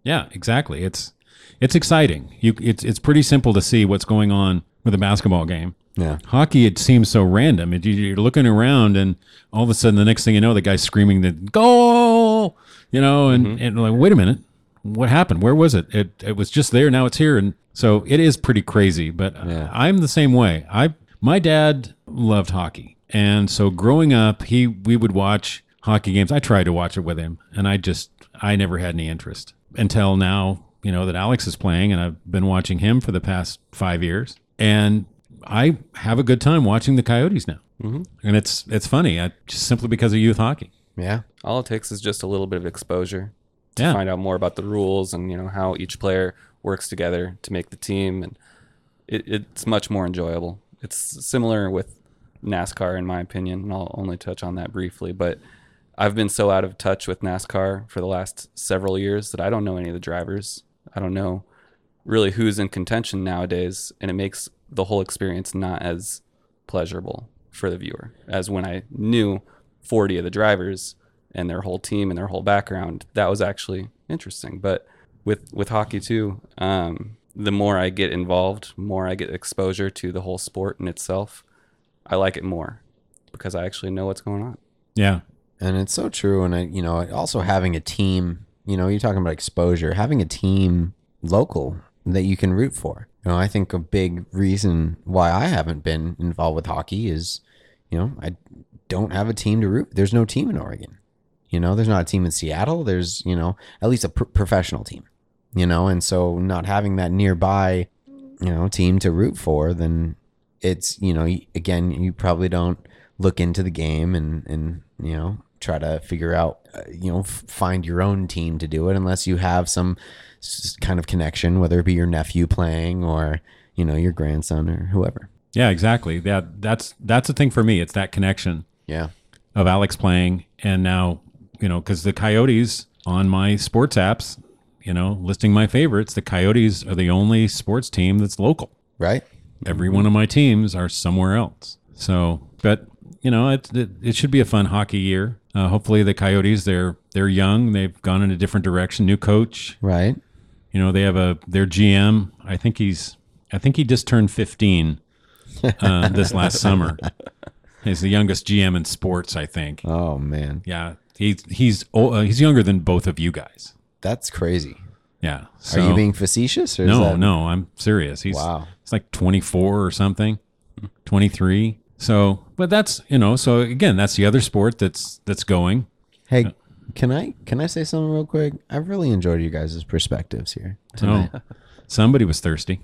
[SPEAKER 2] yeah, exactly. It's it's exciting. You, it's it's pretty simple to see what's going on with a basketball game.
[SPEAKER 3] yeah.
[SPEAKER 2] Hockey, it seems so random. It, you- you're looking around, and all of a sudden, the next thing you know, the guy's screaming the goal, you know, and, and like, wait a minute, what happened? Where was it? It it was just there. Now it's here, and so it is pretty crazy. But I'm the same way. I my dad loved hockey, and so growing up, he we would watch hockey games. I tried to watch it with him, and I just I never had any interest until now. You know that Alex is playing, and I've been watching him for the past five years, and I have a good time watching the Coyotes now, mm-hmm. and it's it's funny. I, just simply because of youth hockey.
[SPEAKER 3] Yeah.
[SPEAKER 4] All it takes is just a little bit of exposure to
[SPEAKER 2] Yeah.
[SPEAKER 4] find out more about the rules and you know how each player works together to make the team, and it, it's much more enjoyable. It's similar with NASCAR in my opinion, and I'll only touch on that briefly, but. I've been so out of touch with NASCAR for the last several years that I don't know any of the drivers. I don't know really who's in contention nowadays, and it makes the whole experience not as pleasurable for the viewer as when I knew 40 of the drivers and their whole team and their whole background. That was actually interesting. But with with hockey too, um, the more I get involved, more I get exposure to the whole sport in itself. I like it more because I actually know what's going on.
[SPEAKER 2] Yeah,
[SPEAKER 3] And it's so true. And I, you know, also having a team, you know, you're talking about exposure, having a team local that you can root for. You know, I think a big reason why I haven't been involved with hockey is, you know, I don't have a team to root. There's no team in Oregon. You know, there's not a team in Seattle. There's, you know, at least a pr- professional team, you know, and so not having that nearby, you know, team to root for, then it's, you know, y- again, you probably don't look into the game and, and, you know, try to figure out, uh, you know, f- find your own team to do it unless you have some s- kind of connection, whether it be your nephew playing or, you know, your grandson or whoever.
[SPEAKER 2] yeah, exactly. That that's that's the thing for me. It's that connection
[SPEAKER 3] Yeah.
[SPEAKER 2] of Alex playing, and now you know because the Coyotes on my sports apps you know, listing my favorites, the Coyotes are the only sports team that's local.
[SPEAKER 3] right?
[SPEAKER 2] Every one of my teams are somewhere else. So, but you know, it it, it should be a fun hockey year. Uh, hopefully, the Coyotes they're they're young. They've gone in a different direction. New coach.
[SPEAKER 3] Right.
[SPEAKER 2] You know, they have a their GM. I think he's I think he just turned fifteen uh, this last summer. He's the youngest GM in sports, I think.
[SPEAKER 3] Oh man,
[SPEAKER 2] Yeah, he's he's o- uh, he's younger than both of you guys.
[SPEAKER 3] that's crazy.
[SPEAKER 2] Yeah. So,
[SPEAKER 3] Are you being facetious or is
[SPEAKER 2] No,
[SPEAKER 3] that-
[SPEAKER 2] no, I'm serious. He's
[SPEAKER 3] Wow.
[SPEAKER 2] It's like 24 or something, 23. So, but that's you know. So again, that's the other sport that's that's going.
[SPEAKER 3] Hey, can I can I say something real quick? I really enjoyed you guys' perspectives here.
[SPEAKER 2] So somebody was thirsty.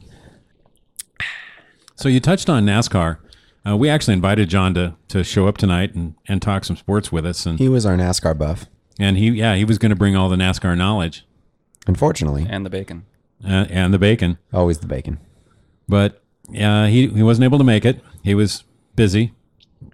[SPEAKER 2] So you touched on NASCAR. Uh, we actually invited John to to show up tonight and and talk some sports with us, and
[SPEAKER 3] He was our NASCAR buff.
[SPEAKER 2] and he yeah he was going to bring all the NASCAR knowledge
[SPEAKER 3] Unfortunately,
[SPEAKER 4] and the bacon.
[SPEAKER 2] uh, and the bacon.
[SPEAKER 3] always the bacon.
[SPEAKER 2] but uh, he he wasn't able to make it. He was busy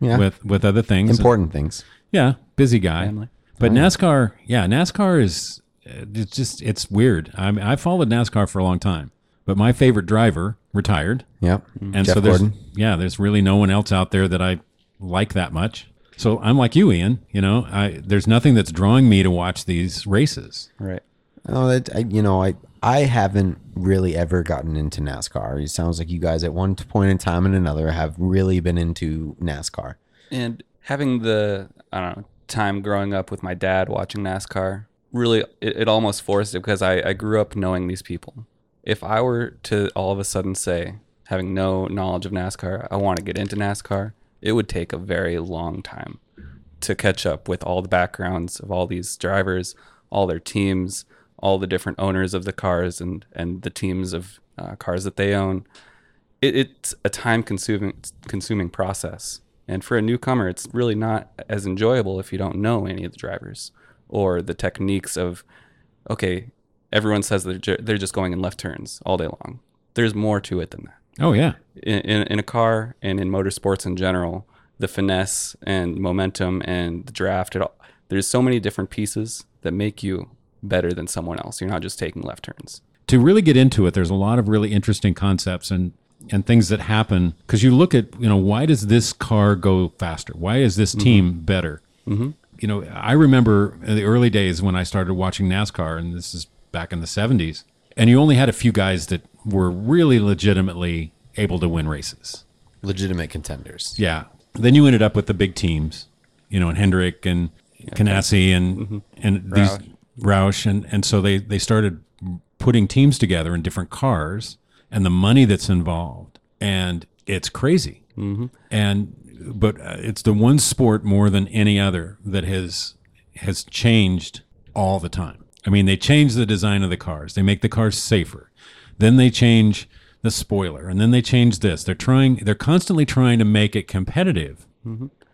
[SPEAKER 3] Yeah,
[SPEAKER 2] with with other things.
[SPEAKER 3] important things.
[SPEAKER 2] Yeah, busy guy.
[SPEAKER 4] Family.
[SPEAKER 2] But NASCAR, yeah, NASCAR is uh, it's just it's weird. I mean, I followed NASCAR for a long time, but my favorite driver retired,
[SPEAKER 3] Yep.
[SPEAKER 2] and
[SPEAKER 3] Jeff
[SPEAKER 2] so there's
[SPEAKER 3] Gordon.
[SPEAKER 2] yeah, there's really no one else out there that I like that much. So I'm like you, Ian. You know, I there's nothing that's drawing me to watch these races.
[SPEAKER 4] Right.
[SPEAKER 3] Oh, that I, you know, I I haven't really ever gotten into NASCAR. It sounds like you guys at one point in time and another have really been into NASCAR.
[SPEAKER 4] And having the I don't know time growing up with my dad watching NASCAR really it, it almost forced it because I, I grew up knowing these people. If I were to all of a sudden say, having no knowledge of NASCAR, I want to get into NASCAR, it would take a very long time to catch up with all the backgrounds of all these drivers, all their teams, all the different owners of the cars and and the teams of uh, cars that they own it, it's a time consuming consuming process and for a newcomer it's really not as enjoyable if you don't know any of the drivers or the techniques of okay everyone says they're, ju- they're just going in left turns all day long there's more to it than that
[SPEAKER 2] Oh yeah,
[SPEAKER 4] in, in, in a car and in motorsports in general, the finesse and momentum and the draft, it all, there's so many different pieces that make you better than someone else. You're not just taking left turns.
[SPEAKER 2] to really get into it, there's a lot of really interesting concepts and and things that happen because you look at you know why does this car go faster? Why is this team better? Mm-hmm. You know, I remember in the early days when I started watching NASCAR, and this is back in the '70s, and you only had a few guys that were really legitimately able to win races.
[SPEAKER 3] Legitimate contenders.
[SPEAKER 2] Yeah. Then you ended up with the big teams, you know, and Hendrick and Ganassi and and these Roush and and so they they started putting teams together in different cars and the money that's involved and it's crazy. Mm-hmm. And but uh, it's the one sport more than any other that has has changed all the time. I mean, they change the design of the cars. They make the cars safer. Then they change the spoiler, and then they change this. They're trying. They're constantly trying to make it competitive,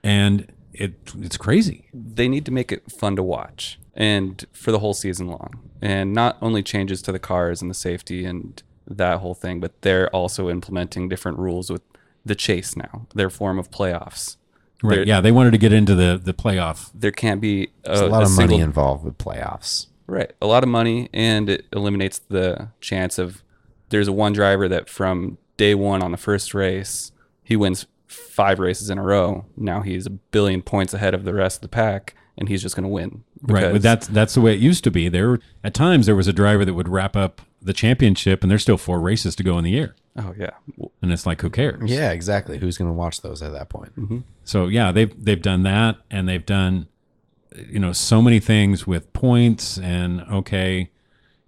[SPEAKER 2] and it it's crazy.
[SPEAKER 4] They need to make it fun to watch and for the whole season long. And not only changes to the cars and the safety and that whole thing, but they're also implementing different rules with the chase now, their form of playoffs.
[SPEAKER 2] Right?
[SPEAKER 4] There-
[SPEAKER 2] yeah, they wanted to get into the the playoff.
[SPEAKER 4] There can't be a,
[SPEAKER 3] There's a lot of
[SPEAKER 4] single
[SPEAKER 3] money involved with playoffs.
[SPEAKER 4] Right. A lot of money, and it eliminates the chance of there's a one driver that from day one on the first race, he wins five races in a row. Now he's a billion points ahead of the rest of the pack, and he's just going to win.
[SPEAKER 2] Right, but
[SPEAKER 4] because-
[SPEAKER 2] that's that's the way it used to be. There were- at times there was a driver that would wrap up the championship, and there's still four races to go in the year,
[SPEAKER 4] Oh, yeah.
[SPEAKER 2] and it's like who cares?
[SPEAKER 3] Yeah, exactly. Who's going to watch those at that point?
[SPEAKER 2] So yeah, they've they've done that, and they've done you know so many things with points and okay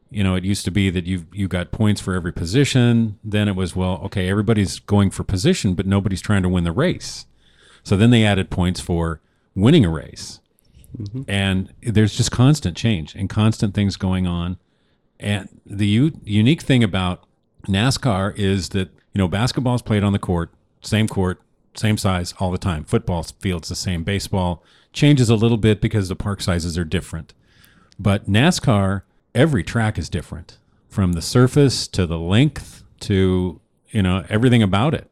[SPEAKER 2] you know it used to be that you you got points for every position then it was well okay everybody's going for position but nobody's trying to win the race so then they added points for winning a race and there's just constant change and constant things going on and the u- unique thing about NASCAR is that you know basketball's played on the court, same court, same size all the time. Football field's the same. Baseball changes a little bit because the park sizes are different. But NASCAR, every track is different from the surface to the length to you know everything about it.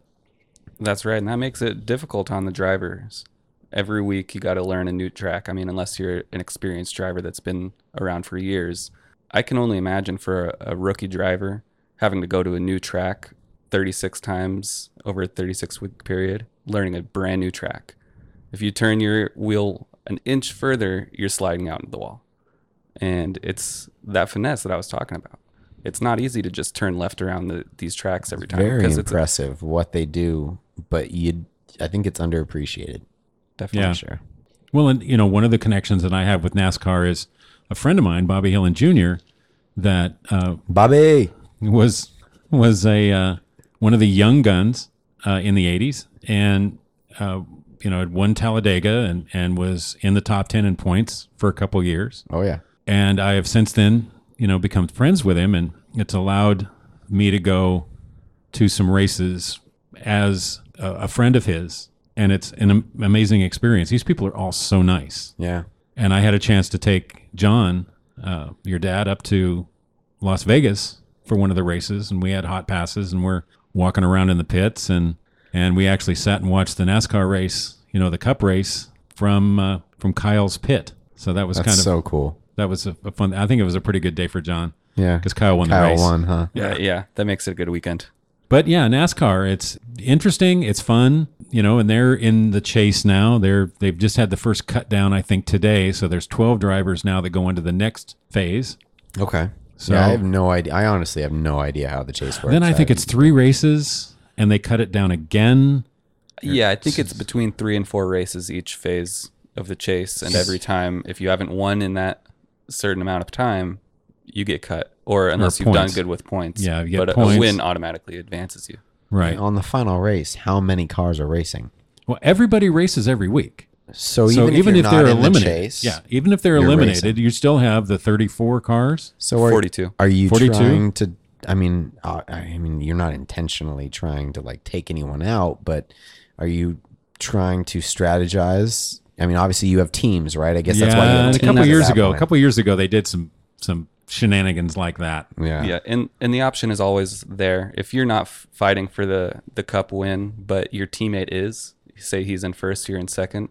[SPEAKER 4] That's right, and that makes it difficult on the drivers. Every week you got to learn a new track. I mean, unless you're an experienced driver that's been around for years, I can only imagine for a, a rookie driver having to go to a new track 36 times over a 36 week period, learning a brand new track. If you turn your wheel an inch further, you're sliding out into the wall. And it's that finesse that I was talking about. It's not easy to just turn left around the, these tracks every time
[SPEAKER 3] Very
[SPEAKER 4] it's
[SPEAKER 3] impressive what they do, but you, I think it's underappreciated.
[SPEAKER 4] definitely
[SPEAKER 2] Yeah.
[SPEAKER 3] Sure.
[SPEAKER 2] Well, and you know, one of the connections that I have with NASCAR is a friend of mine, Bobby Hillen Jr., that uh,
[SPEAKER 3] Bobby.
[SPEAKER 2] was was a uh, one of the young guns uh, in the '80s, and uh, you know, had won Talladega and and was in the top ten in points for a couple years.
[SPEAKER 3] Oh yeah.
[SPEAKER 2] And I have since then, you know, become friends with him, and it's allowed me to go to some races as a, a friend of his, and it's an am- amazing experience. These people are all so nice
[SPEAKER 3] Yeah.
[SPEAKER 2] and I had a chance to take John, uh, your dad, up to Las Vegas for one of the races, and we had hot passes, and we're walking around in the pits, and and we actually sat and watched the NASCAR race, you know, the Cup race from uh, from Kyle's pit. So that was
[SPEAKER 3] That's
[SPEAKER 2] kind of
[SPEAKER 3] so cool.
[SPEAKER 2] that was a, a fun. I think it was a pretty good day for John
[SPEAKER 3] Yeah.
[SPEAKER 2] because Kyle won the
[SPEAKER 3] Kyle
[SPEAKER 2] race.
[SPEAKER 3] won, huh?
[SPEAKER 4] Yeah, yeah, that makes it a good weekend.
[SPEAKER 2] But yeah, NASCAR, it's interesting, it's fun, you know, and they're in the chase now. They're they've just had the first cut down, I think, today. So there's 12 drivers now that go into the next phase.
[SPEAKER 3] Okay.
[SPEAKER 2] So-
[SPEAKER 3] So yeah, I have no idea. I honestly have no idea how the chase works.
[SPEAKER 2] Then I think it's three races, and they cut it down again.
[SPEAKER 4] Yeah, I think it's between three and four races each phase of the chase, and every time, if you haven't won in that certain amount of time, you get cut, or unless you've done
[SPEAKER 2] points.
[SPEAKER 4] good with points.
[SPEAKER 2] Yeah, you get
[SPEAKER 4] but a-
[SPEAKER 2] points.
[SPEAKER 4] a win automatically advances you.
[SPEAKER 2] Right.
[SPEAKER 3] on the final race, how many cars are racing?
[SPEAKER 2] Well, everybody races every week.
[SPEAKER 3] So,
[SPEAKER 2] so
[SPEAKER 3] even if, you're not
[SPEAKER 2] they're
[SPEAKER 3] in
[SPEAKER 2] eliminated,
[SPEAKER 3] the chase,
[SPEAKER 2] yeah, even if they're
[SPEAKER 3] you're
[SPEAKER 2] eliminated,
[SPEAKER 3] racing.
[SPEAKER 2] you still have the 34 cars.
[SPEAKER 3] So are,
[SPEAKER 4] 42.
[SPEAKER 3] Are you
[SPEAKER 2] 42?
[SPEAKER 3] trying to? I mean, uh, I mean, you're not intentionally trying to like take anyone out, but are you trying to strategize? I mean, obviously you have teams, right? I guess that's why. You
[SPEAKER 2] yeah,
[SPEAKER 3] have
[SPEAKER 2] and a
[SPEAKER 3] teams
[SPEAKER 2] couple
[SPEAKER 3] at
[SPEAKER 2] years
[SPEAKER 3] that
[SPEAKER 2] ago, a
[SPEAKER 3] point.
[SPEAKER 2] couple years ago, they did some some shenanigans like that.
[SPEAKER 3] Yeah.
[SPEAKER 4] yeah and and the option is always there if you're not f- fighting for the the cup win but your teammate is say he's in first you're in second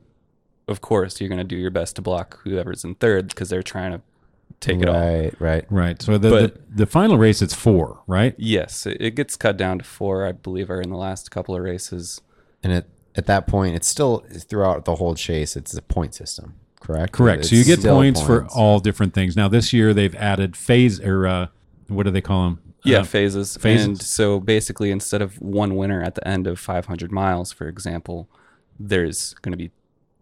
[SPEAKER 4] of course you're going to do your best to block whoever's in third because they're trying to take it all
[SPEAKER 3] Right. Right.
[SPEAKER 2] Right. So the,
[SPEAKER 4] But-
[SPEAKER 2] the the final race, it's four, right?
[SPEAKER 4] yes it, it gets cut down to four i believe are in the last couple of races
[SPEAKER 3] And at at that point, it's still throughout the whole chase. It's the point system, correct?
[SPEAKER 2] Correct.
[SPEAKER 3] It's
[SPEAKER 2] so you get
[SPEAKER 3] still
[SPEAKER 2] points, for all different things. Now this year they've added phase or uh, what do they call Uh, them?
[SPEAKER 4] yeah uh, phases.
[SPEAKER 2] phases.
[SPEAKER 4] and so basically instead of one winner at the end of 500 miles for example there's going to be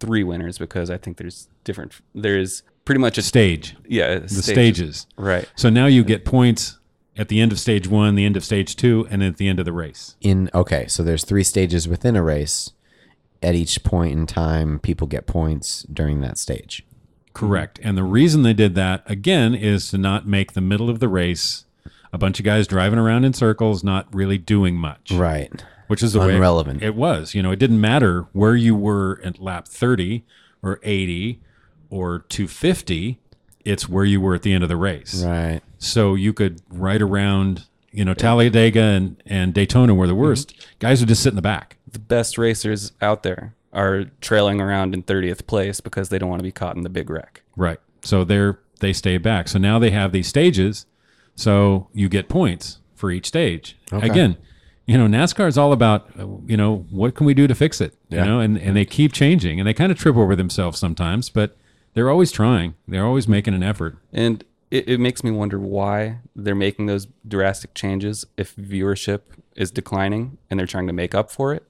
[SPEAKER 4] three winners because i think there's different there's pretty much a
[SPEAKER 2] stage.
[SPEAKER 4] yeah
[SPEAKER 2] The stages.
[SPEAKER 4] right
[SPEAKER 2] So now you get points at the end of stage one, the end of stage two, and at the end of the race.
[SPEAKER 3] in. Okay, so there's three stages within a race. At each point in time, people get points during that stage.
[SPEAKER 2] Correct. And the reason they did that again is to not make the middle of the race a bunch of guys driving around in circles, not really doing much.
[SPEAKER 3] Right.
[SPEAKER 2] Which is the way
[SPEAKER 3] Unrelevant.
[SPEAKER 2] It, was. You know, it didn't matter where you were at lap thirty or eighty or two fifty. It's where you were at the end of the race.
[SPEAKER 3] Right.
[SPEAKER 2] so you could ride around you know talladega and, and daytona were the worst
[SPEAKER 3] Mm-hmm.
[SPEAKER 2] guys would just sit in the back
[SPEAKER 4] the best racers out there are trailing around in 30th place because they don't want to be caught in the big wreck.
[SPEAKER 2] right so they're they stay back so now they have these stages so you get points for each stage again you know nascar is all about uh, you know what can we do to fix it you know and, and they keep changing and they kind of trip over themselves sometimes but they're always trying they're always making an effort
[SPEAKER 4] And it, it makes me wonder why they're making those drastic changes if viewership is declining and they're trying to make up for it,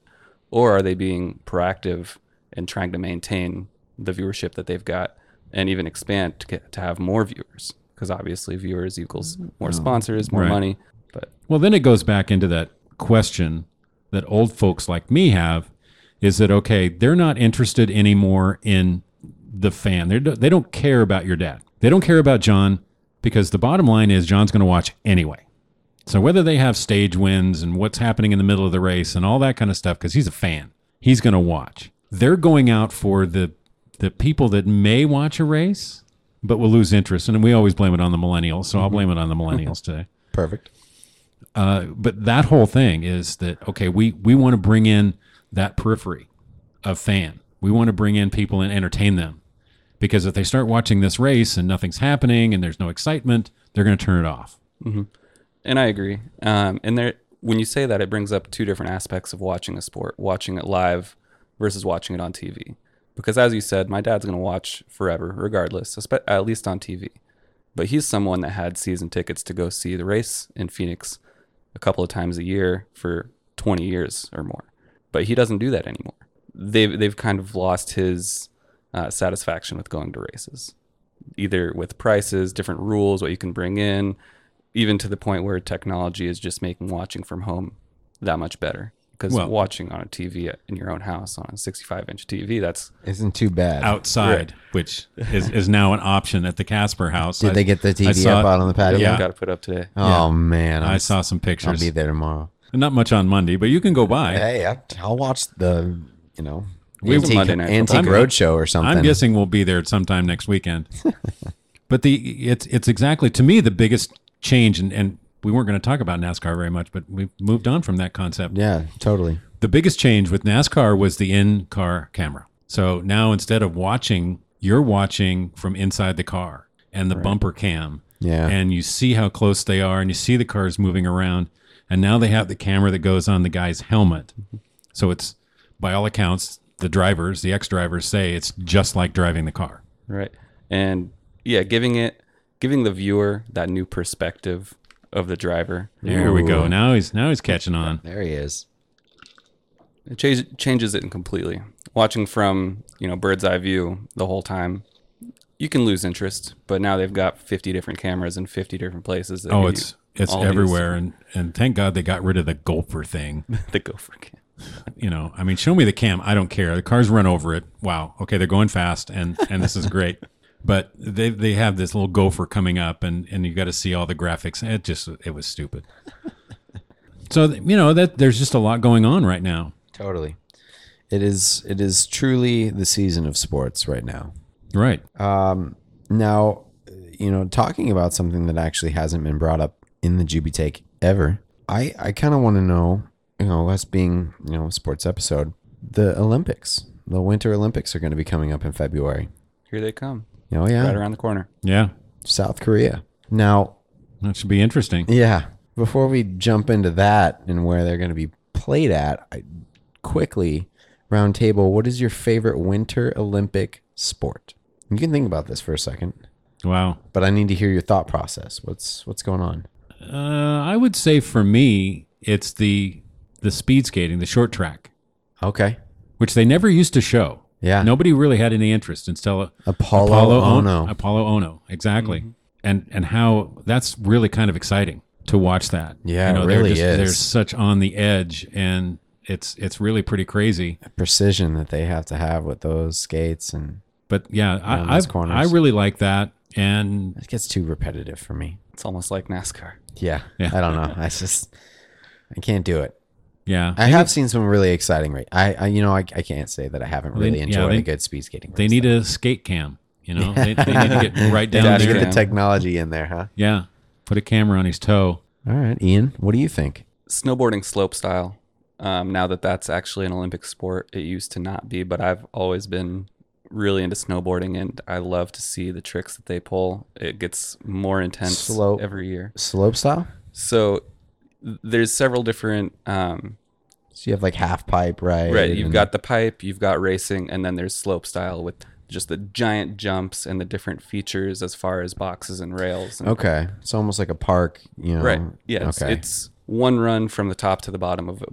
[SPEAKER 4] or are they being proactive and trying to maintain the viewership that they've got and even expand to, get, to have more viewers? Because obviously, viewers equals more sponsors, more
[SPEAKER 2] Right.
[SPEAKER 4] money. But
[SPEAKER 2] Well, then it goes back into that question that old folks like me have is that okay, they're not interested anymore in the fan. They're, they don't care about your dad. They don't care about John because the bottom line is John's going to watch anyway. So whether they have stage wins and what's happening in the middle of the race and all that kind of stuff cuz he's a fan, he's going to watch. They're going out for the the people that may watch a race but will lose interest and we always blame it on the millennials. So I'll blame it on the millennials today
[SPEAKER 3] Perfect.
[SPEAKER 2] but that whole thing is that okay we we want to bring in that periphery of fan we want to bring in people and entertain them because if they start watching this race and nothing's happening and there's no excitement they're going to turn it off.
[SPEAKER 4] and I agree. Um, and there, when you say that, it brings up two different aspects of watching a sport: watching it live versus watching it on TV. Because as you said, my dad's going to watch forever, regardless, espe- at least on TV. But he's someone that had season tickets to go see the race in Phoenix a couple of times a year for 20 years or more. But he doesn't do that anymore. They've they've kind of lost his uh, satisfaction with going to races either with prices, different rules, what you can bring in, even to the point where technology is just making watching from home that much better. Because
[SPEAKER 2] Well-
[SPEAKER 4] watching on a TV in your own house on a 65 inch TV, that's
[SPEAKER 3] Isn't too bad.
[SPEAKER 2] outside, which is, is now an option at the Casper house.
[SPEAKER 3] Did
[SPEAKER 2] I-
[SPEAKER 3] they get the
[SPEAKER 2] I
[SPEAKER 3] TV
[SPEAKER 2] saw
[SPEAKER 3] up
[SPEAKER 2] it.
[SPEAKER 3] out on the patio?
[SPEAKER 2] Yeah.
[SPEAKER 4] yeah. got to put up today.
[SPEAKER 3] Oh man, I'm,
[SPEAKER 2] I saw some
[SPEAKER 3] I'll
[SPEAKER 2] pictures.
[SPEAKER 3] be there tomorrow.
[SPEAKER 2] Not much on Monday, but you can go by.
[SPEAKER 3] Hey, I, I'll watch the you know
[SPEAKER 4] We-
[SPEAKER 3] antique,
[SPEAKER 4] Monday Night
[SPEAKER 3] antique
[SPEAKER 4] Football.
[SPEAKER 3] roadshow or something.
[SPEAKER 2] I'm guessing we'll be there sometime next weekend. but the it's it's exactly to me the biggest change, and, and we weren't going to talk about NASCAR very much, but we've moved on from that concept.
[SPEAKER 3] Yeah, totally.
[SPEAKER 2] The biggest change with NASCAR was the in car camera. So now instead of watching, you're watching from inside the car and the bumper cam.
[SPEAKER 3] Yeah.
[SPEAKER 2] And you see how close they are and you see the cars moving around. And now they have the camera that goes on the guy's helmet. So it's, by all accounts, the drivers, the ex drivers say it's just like driving the car.
[SPEAKER 4] Right. And yeah, giving it, giving the viewer that new perspective of the driver.
[SPEAKER 2] There we go.
[SPEAKER 3] Ooh.
[SPEAKER 2] Now he's now he's catching on.
[SPEAKER 3] There he is.
[SPEAKER 4] it change, changes it completely. Watching from you know bird's eye view the whole time, you can lose interest. But now they've got fifty different cameras in fifty different places. that
[SPEAKER 2] Oh,
[SPEAKER 4] give
[SPEAKER 2] it's
[SPEAKER 4] you
[SPEAKER 2] it's
[SPEAKER 4] all these-
[SPEAKER 2] everywhere, and and thank God they got rid of the gopher thing.
[SPEAKER 4] The gopher cam.
[SPEAKER 2] you know, I mean, show me the cam. I don't care. The cars run over it. Wow. Okay, they're going fast, and and this is great. But they they have this little gopher coming up, and and you got to see all the graphics. It just it was stupid. So you know that there's just a lot going on right now.
[SPEAKER 3] Totally. It is. It is truly the season of sports right now.
[SPEAKER 2] Right.
[SPEAKER 3] Now, you know, talking about something that actually hasn't been brought up in the Juby take ever, I, I kind of want to know, you know, us being, you know, a sports episode, the Olympics, the Winter Olympics are going to be coming up in February.
[SPEAKER 4] Here they come,
[SPEAKER 3] Oh, yeah.
[SPEAKER 4] right around the corner.
[SPEAKER 2] yeah.
[SPEAKER 3] South Korea. Now,
[SPEAKER 2] That should be interesting.
[SPEAKER 3] yeah, before we jump into that and where they're going to be played at, I, quickly, round table, what is your favorite Winter Olympic sport? You can think about this for a second,
[SPEAKER 2] Wow.
[SPEAKER 3] but I need to hear your thought process. What's what's going on?
[SPEAKER 2] Uh, I would say for me, it's the the speed skating, the short track,
[SPEAKER 3] Okay.
[SPEAKER 2] which they never used to show.
[SPEAKER 3] Yeah.
[SPEAKER 2] Nobody really had any interest in Stella.
[SPEAKER 3] Apollo
[SPEAKER 2] On-
[SPEAKER 3] Ono. Mm-hmm.
[SPEAKER 2] Apollo Ono, exactly. And and how that's really kind of exciting to watch that.
[SPEAKER 3] Yeah, it
[SPEAKER 2] they're
[SPEAKER 3] really is.
[SPEAKER 2] They're such on the edge, and it's it's really pretty crazy.
[SPEAKER 3] Precision that they have to have with those skates and
[SPEAKER 2] But yeah,
[SPEAKER 3] Around
[SPEAKER 2] I
[SPEAKER 3] those
[SPEAKER 2] I've, I
[SPEAKER 3] corners.
[SPEAKER 2] really like that, and
[SPEAKER 3] it gets too repetitive for me.
[SPEAKER 4] It's almost like NASCAR.
[SPEAKER 3] Yeah.
[SPEAKER 2] Yeah.
[SPEAKER 3] I don't know. I just I can't do it.
[SPEAKER 2] yeah,
[SPEAKER 3] I have seen some really exciting ra I, I you know I, I can't say that I haven't
[SPEAKER 2] they-
[SPEAKER 3] really
[SPEAKER 2] yeah,
[SPEAKER 3] enjoyed
[SPEAKER 2] they-
[SPEAKER 3] a good speed skating.
[SPEAKER 2] they
[SPEAKER 3] race.
[SPEAKER 2] need a skate cam. You know, they, they need to get right
[SPEAKER 3] They
[SPEAKER 2] down
[SPEAKER 3] need to
[SPEAKER 4] Dash
[SPEAKER 2] there.
[SPEAKER 3] get the
[SPEAKER 4] cam.
[SPEAKER 3] technology in there, huh?
[SPEAKER 2] Yeah, put a camera on his toe.
[SPEAKER 3] All right, Ian, what do you think?
[SPEAKER 4] Snowboarding slope style. Um, now that that's actually an Olympic sport, it used to not be, but I've always been really into snowboarding, and I love to see the tricks that they pull. It gets more intense
[SPEAKER 3] Slope.
[SPEAKER 4] every year.
[SPEAKER 3] Slope style?
[SPEAKER 4] So th- there's several different um,
[SPEAKER 3] So you have like half pipe, right?
[SPEAKER 4] right. You've
[SPEAKER 3] And-
[SPEAKER 4] got the pipe, you've got racing, and then there's slope style with just the giant jumps and the different features as far as boxes and rails. And,
[SPEAKER 3] Okay. It's almost like a park, you know.
[SPEAKER 4] Right. Yeah. It's,
[SPEAKER 3] Um, Okay.
[SPEAKER 4] it's one run from the top to the bottom of a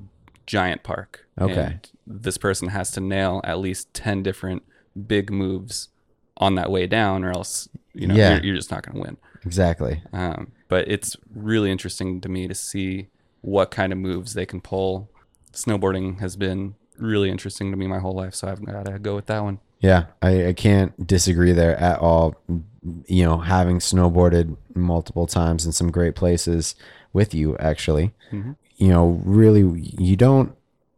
[SPEAKER 4] giant park.
[SPEAKER 3] Okay.
[SPEAKER 4] And this person has to nail at least ten different big moves on that way down, or else you know
[SPEAKER 3] Yeah.
[SPEAKER 4] you're, you're just not going to win.
[SPEAKER 3] exactly.
[SPEAKER 4] Um, but it's really interesting to me to see what kind of moves they can pull. Snowboarding has been really interesting to me my whole life, so I've got to go with that one.
[SPEAKER 3] Yeah, I, I can't disagree there at all. You know, having snowboarded multiple times in some great places with you, actually,
[SPEAKER 4] Mm-hmm.
[SPEAKER 3] you know, really, you don't,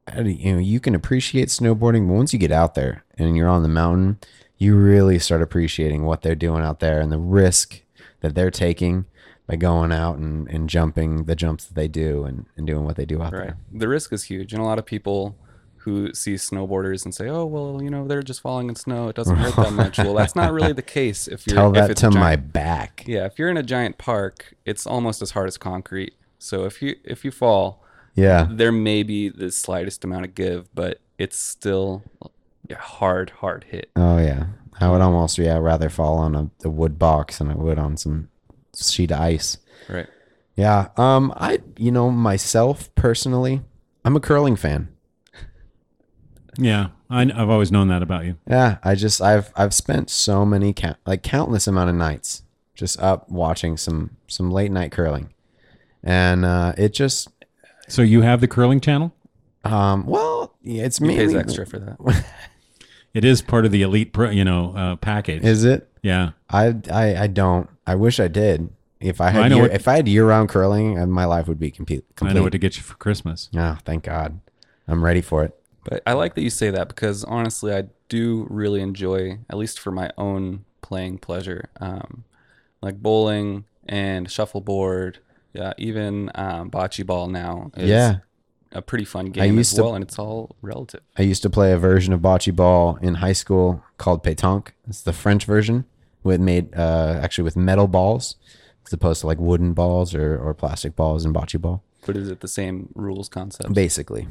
[SPEAKER 3] I don't- you know, you can appreciate snowboarding, but once you get out there and you're on the mountain, you really start appreciating what they're doing out there and the risk that they're taking by going out and, and jumping the jumps that they do and, and doing what they do out
[SPEAKER 4] Right.
[SPEAKER 3] there.
[SPEAKER 4] The risk is huge, and a lot of people who see snowboarders and say, "Oh, well, you know, they're just falling in snow; it doesn't hurt that much." Well, that's not really the case. If you're
[SPEAKER 3] Tell
[SPEAKER 4] if
[SPEAKER 3] that
[SPEAKER 4] it's
[SPEAKER 3] to
[SPEAKER 4] a giant-
[SPEAKER 3] my back.
[SPEAKER 4] yeah, if you're in a giant park, it's almost as hard as concrete. So if you if you fall,
[SPEAKER 3] Yeah.
[SPEAKER 4] there may be the slightest amount of give, but it's still a hard, hard hit.
[SPEAKER 3] Oh yeah. I would almost yeah rather fall on a, a wood box than I would on some sheet of ice.
[SPEAKER 4] Right.
[SPEAKER 3] Yeah. Um. I you know myself personally, I'm a curling fan.
[SPEAKER 2] Yeah, I, have always known that about you.
[SPEAKER 3] Yeah, I just I've I've spent so many count, like countless amount of nights just up watching some some late night curling, and uh, it just
[SPEAKER 2] So you have the curling channel.
[SPEAKER 3] um well yeah, it's
[SPEAKER 4] He
[SPEAKER 3] mainly
[SPEAKER 4] pays extra for that.
[SPEAKER 2] It is part of the elite, pro, you know, uh, package.
[SPEAKER 3] Is it?
[SPEAKER 2] yeah,
[SPEAKER 3] I I I don't. I wish I did. If I
[SPEAKER 2] I
[SPEAKER 3] had
[SPEAKER 2] know
[SPEAKER 3] year,
[SPEAKER 2] what-
[SPEAKER 3] if I had year round curling, uh, my life would be complete. complete.
[SPEAKER 2] I know what to get you for Christmas.
[SPEAKER 3] Ah, thank God, I'm ready for it.
[SPEAKER 4] But I like that you say that because honestly, I do really enjoy, at least for my own playing pleasure, um, like bowling and shuffleboard. Yeah, even um, bocce ball now is
[SPEAKER 3] Yeah.
[SPEAKER 4] a pretty fun game
[SPEAKER 3] used
[SPEAKER 4] as
[SPEAKER 3] to-
[SPEAKER 4] well, and it's all relative.
[SPEAKER 3] I used to play a version of bocce ball in high school called pétanque. It's the French version, with made uh, actually with metal balls as opposed to like wooden balls or, or plastic balls in bocce ball,
[SPEAKER 4] But is it the same rules concept?
[SPEAKER 3] basically.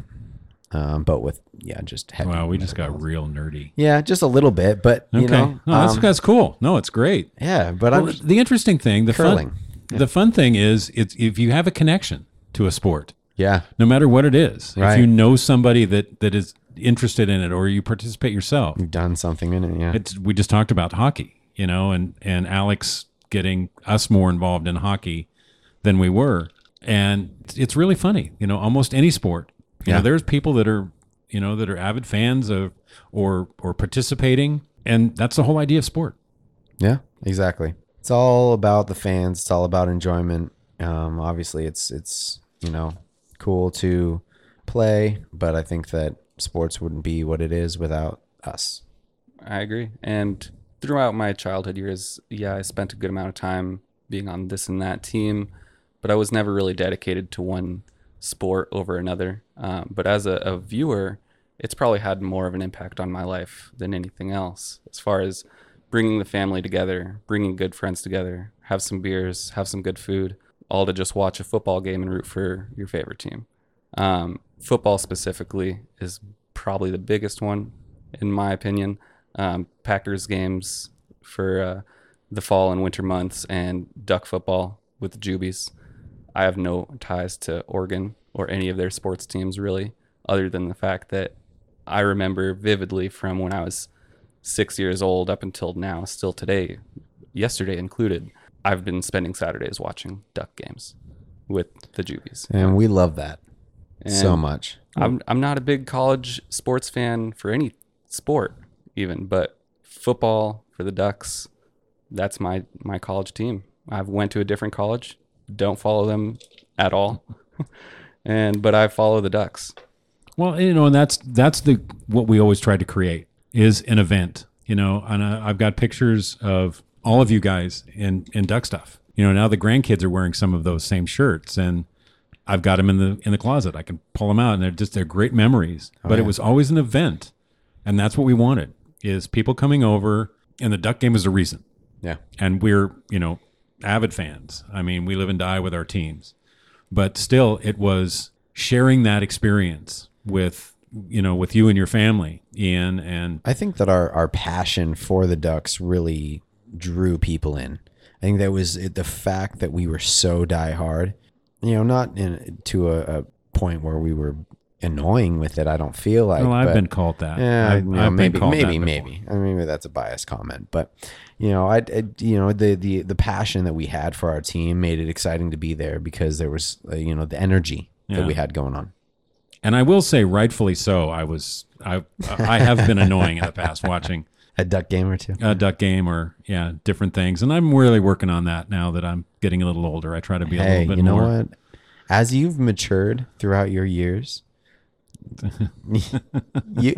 [SPEAKER 3] Um, but with yeah, just heavy.
[SPEAKER 2] Wow, we
[SPEAKER 3] metal
[SPEAKER 2] just got
[SPEAKER 3] balls.
[SPEAKER 2] real nerdy.
[SPEAKER 3] yeah, just a little bit, but you
[SPEAKER 2] Okay,
[SPEAKER 3] know,
[SPEAKER 2] no, that's
[SPEAKER 3] um,
[SPEAKER 2] that's cool. No, it's great.
[SPEAKER 3] yeah. But
[SPEAKER 2] Well,
[SPEAKER 3] I'm just,
[SPEAKER 2] the interesting thing, the
[SPEAKER 3] Curling.
[SPEAKER 2] fun, the fun thing is, it's if you have a connection to a sport,
[SPEAKER 3] yeah,
[SPEAKER 2] no matter what it is,
[SPEAKER 3] Right.
[SPEAKER 2] if you know somebody that that is interested in it, or you participate yourself,
[SPEAKER 3] done something in it. Yeah,
[SPEAKER 2] it's we just talked about hockey, you know, and and Alex getting us more involved in hockey than we were, and it's- it's really funny, you know, almost any sport. You
[SPEAKER 3] Yeah.
[SPEAKER 2] know, there's people that are you know that are avid fans of or or participating, and that's the whole idea of sport.
[SPEAKER 3] Yeah, exactly. It's all about the fans. It's all about enjoyment. Um, obviously, it's it's you know cool to play, but I think that sports wouldn't be what it is without us.
[SPEAKER 4] I agree. And throughout my childhood years, yeah, I spent a good amount of time being on this and that team, but I was never really dedicated to one sport over another. Um, but as a, a viewer, it's probably had more of an impact on my life than anything else, as far as bringing the family together, bringing good friends together, have some beers, have some good food, all to just watch a football game and root for your favorite team. Um, football specifically is probably the biggest one, in my opinion. Um, Packers games for uh, the fall and winter months, and duck football with the Jubies. I have no ties to Oregon or any of their sports teams really, other than the fact that I remember vividly from when I was six years old up until now, still today, yesterday included. I've been spending Saturdays watching duck games with the Jubies.
[SPEAKER 3] And we love that so
[SPEAKER 4] And-
[SPEAKER 3] much.
[SPEAKER 4] I'm I'm not a big college sports fan for any sport even, but football for the Ducks, that's my my college team. I've went to a different college, don't follow them at all. and but I follow the Ducks.
[SPEAKER 2] Well, you know, and that's that's the what we always try to create is an event. You know, and uh, I've got pictures of all of you guys in in duck stuff. You know, now the grandkids are wearing some of those same shirts, and I've got them in the in the closet. I can pull them out, and they're just they're great memories. but it was always an event, and that's what we wanted is people coming over, and the duck game is the reason
[SPEAKER 3] Yeah.
[SPEAKER 2] and we're you know avid fans i mean we live and die with our teams but still it was sharing that experience with you know with you and your family ian and
[SPEAKER 3] I think that our our passion for the Ducks really drew people in. I think that was it, the fact that we were so diehard. You know, not in, to a, a point where we were annoying with it. I don't feel like.
[SPEAKER 2] well i've
[SPEAKER 3] but-
[SPEAKER 2] been called that
[SPEAKER 3] Yeah,
[SPEAKER 2] I've,
[SPEAKER 3] you know,
[SPEAKER 2] I've been
[SPEAKER 3] maybe,
[SPEAKER 2] called that
[SPEAKER 3] maybe,
[SPEAKER 2] before.
[SPEAKER 3] maybe. I mean, maybe that's a biased comment, but you know, I, I- you know, the the the passion that we had for our team made it exciting to be there because there was, uh, you know, the energy that
[SPEAKER 2] Yeah.
[SPEAKER 3] we had going on.
[SPEAKER 2] and i will say rightfully so i was i i have been annoying in the past watching
[SPEAKER 3] A duck game or two.
[SPEAKER 2] a duck game or yeah different things and i'm really working on that now that i'm getting a little older i try to be a
[SPEAKER 3] Hey,
[SPEAKER 2] little bit
[SPEAKER 3] you know
[SPEAKER 2] more
[SPEAKER 3] what? As you've matured throughout your years, you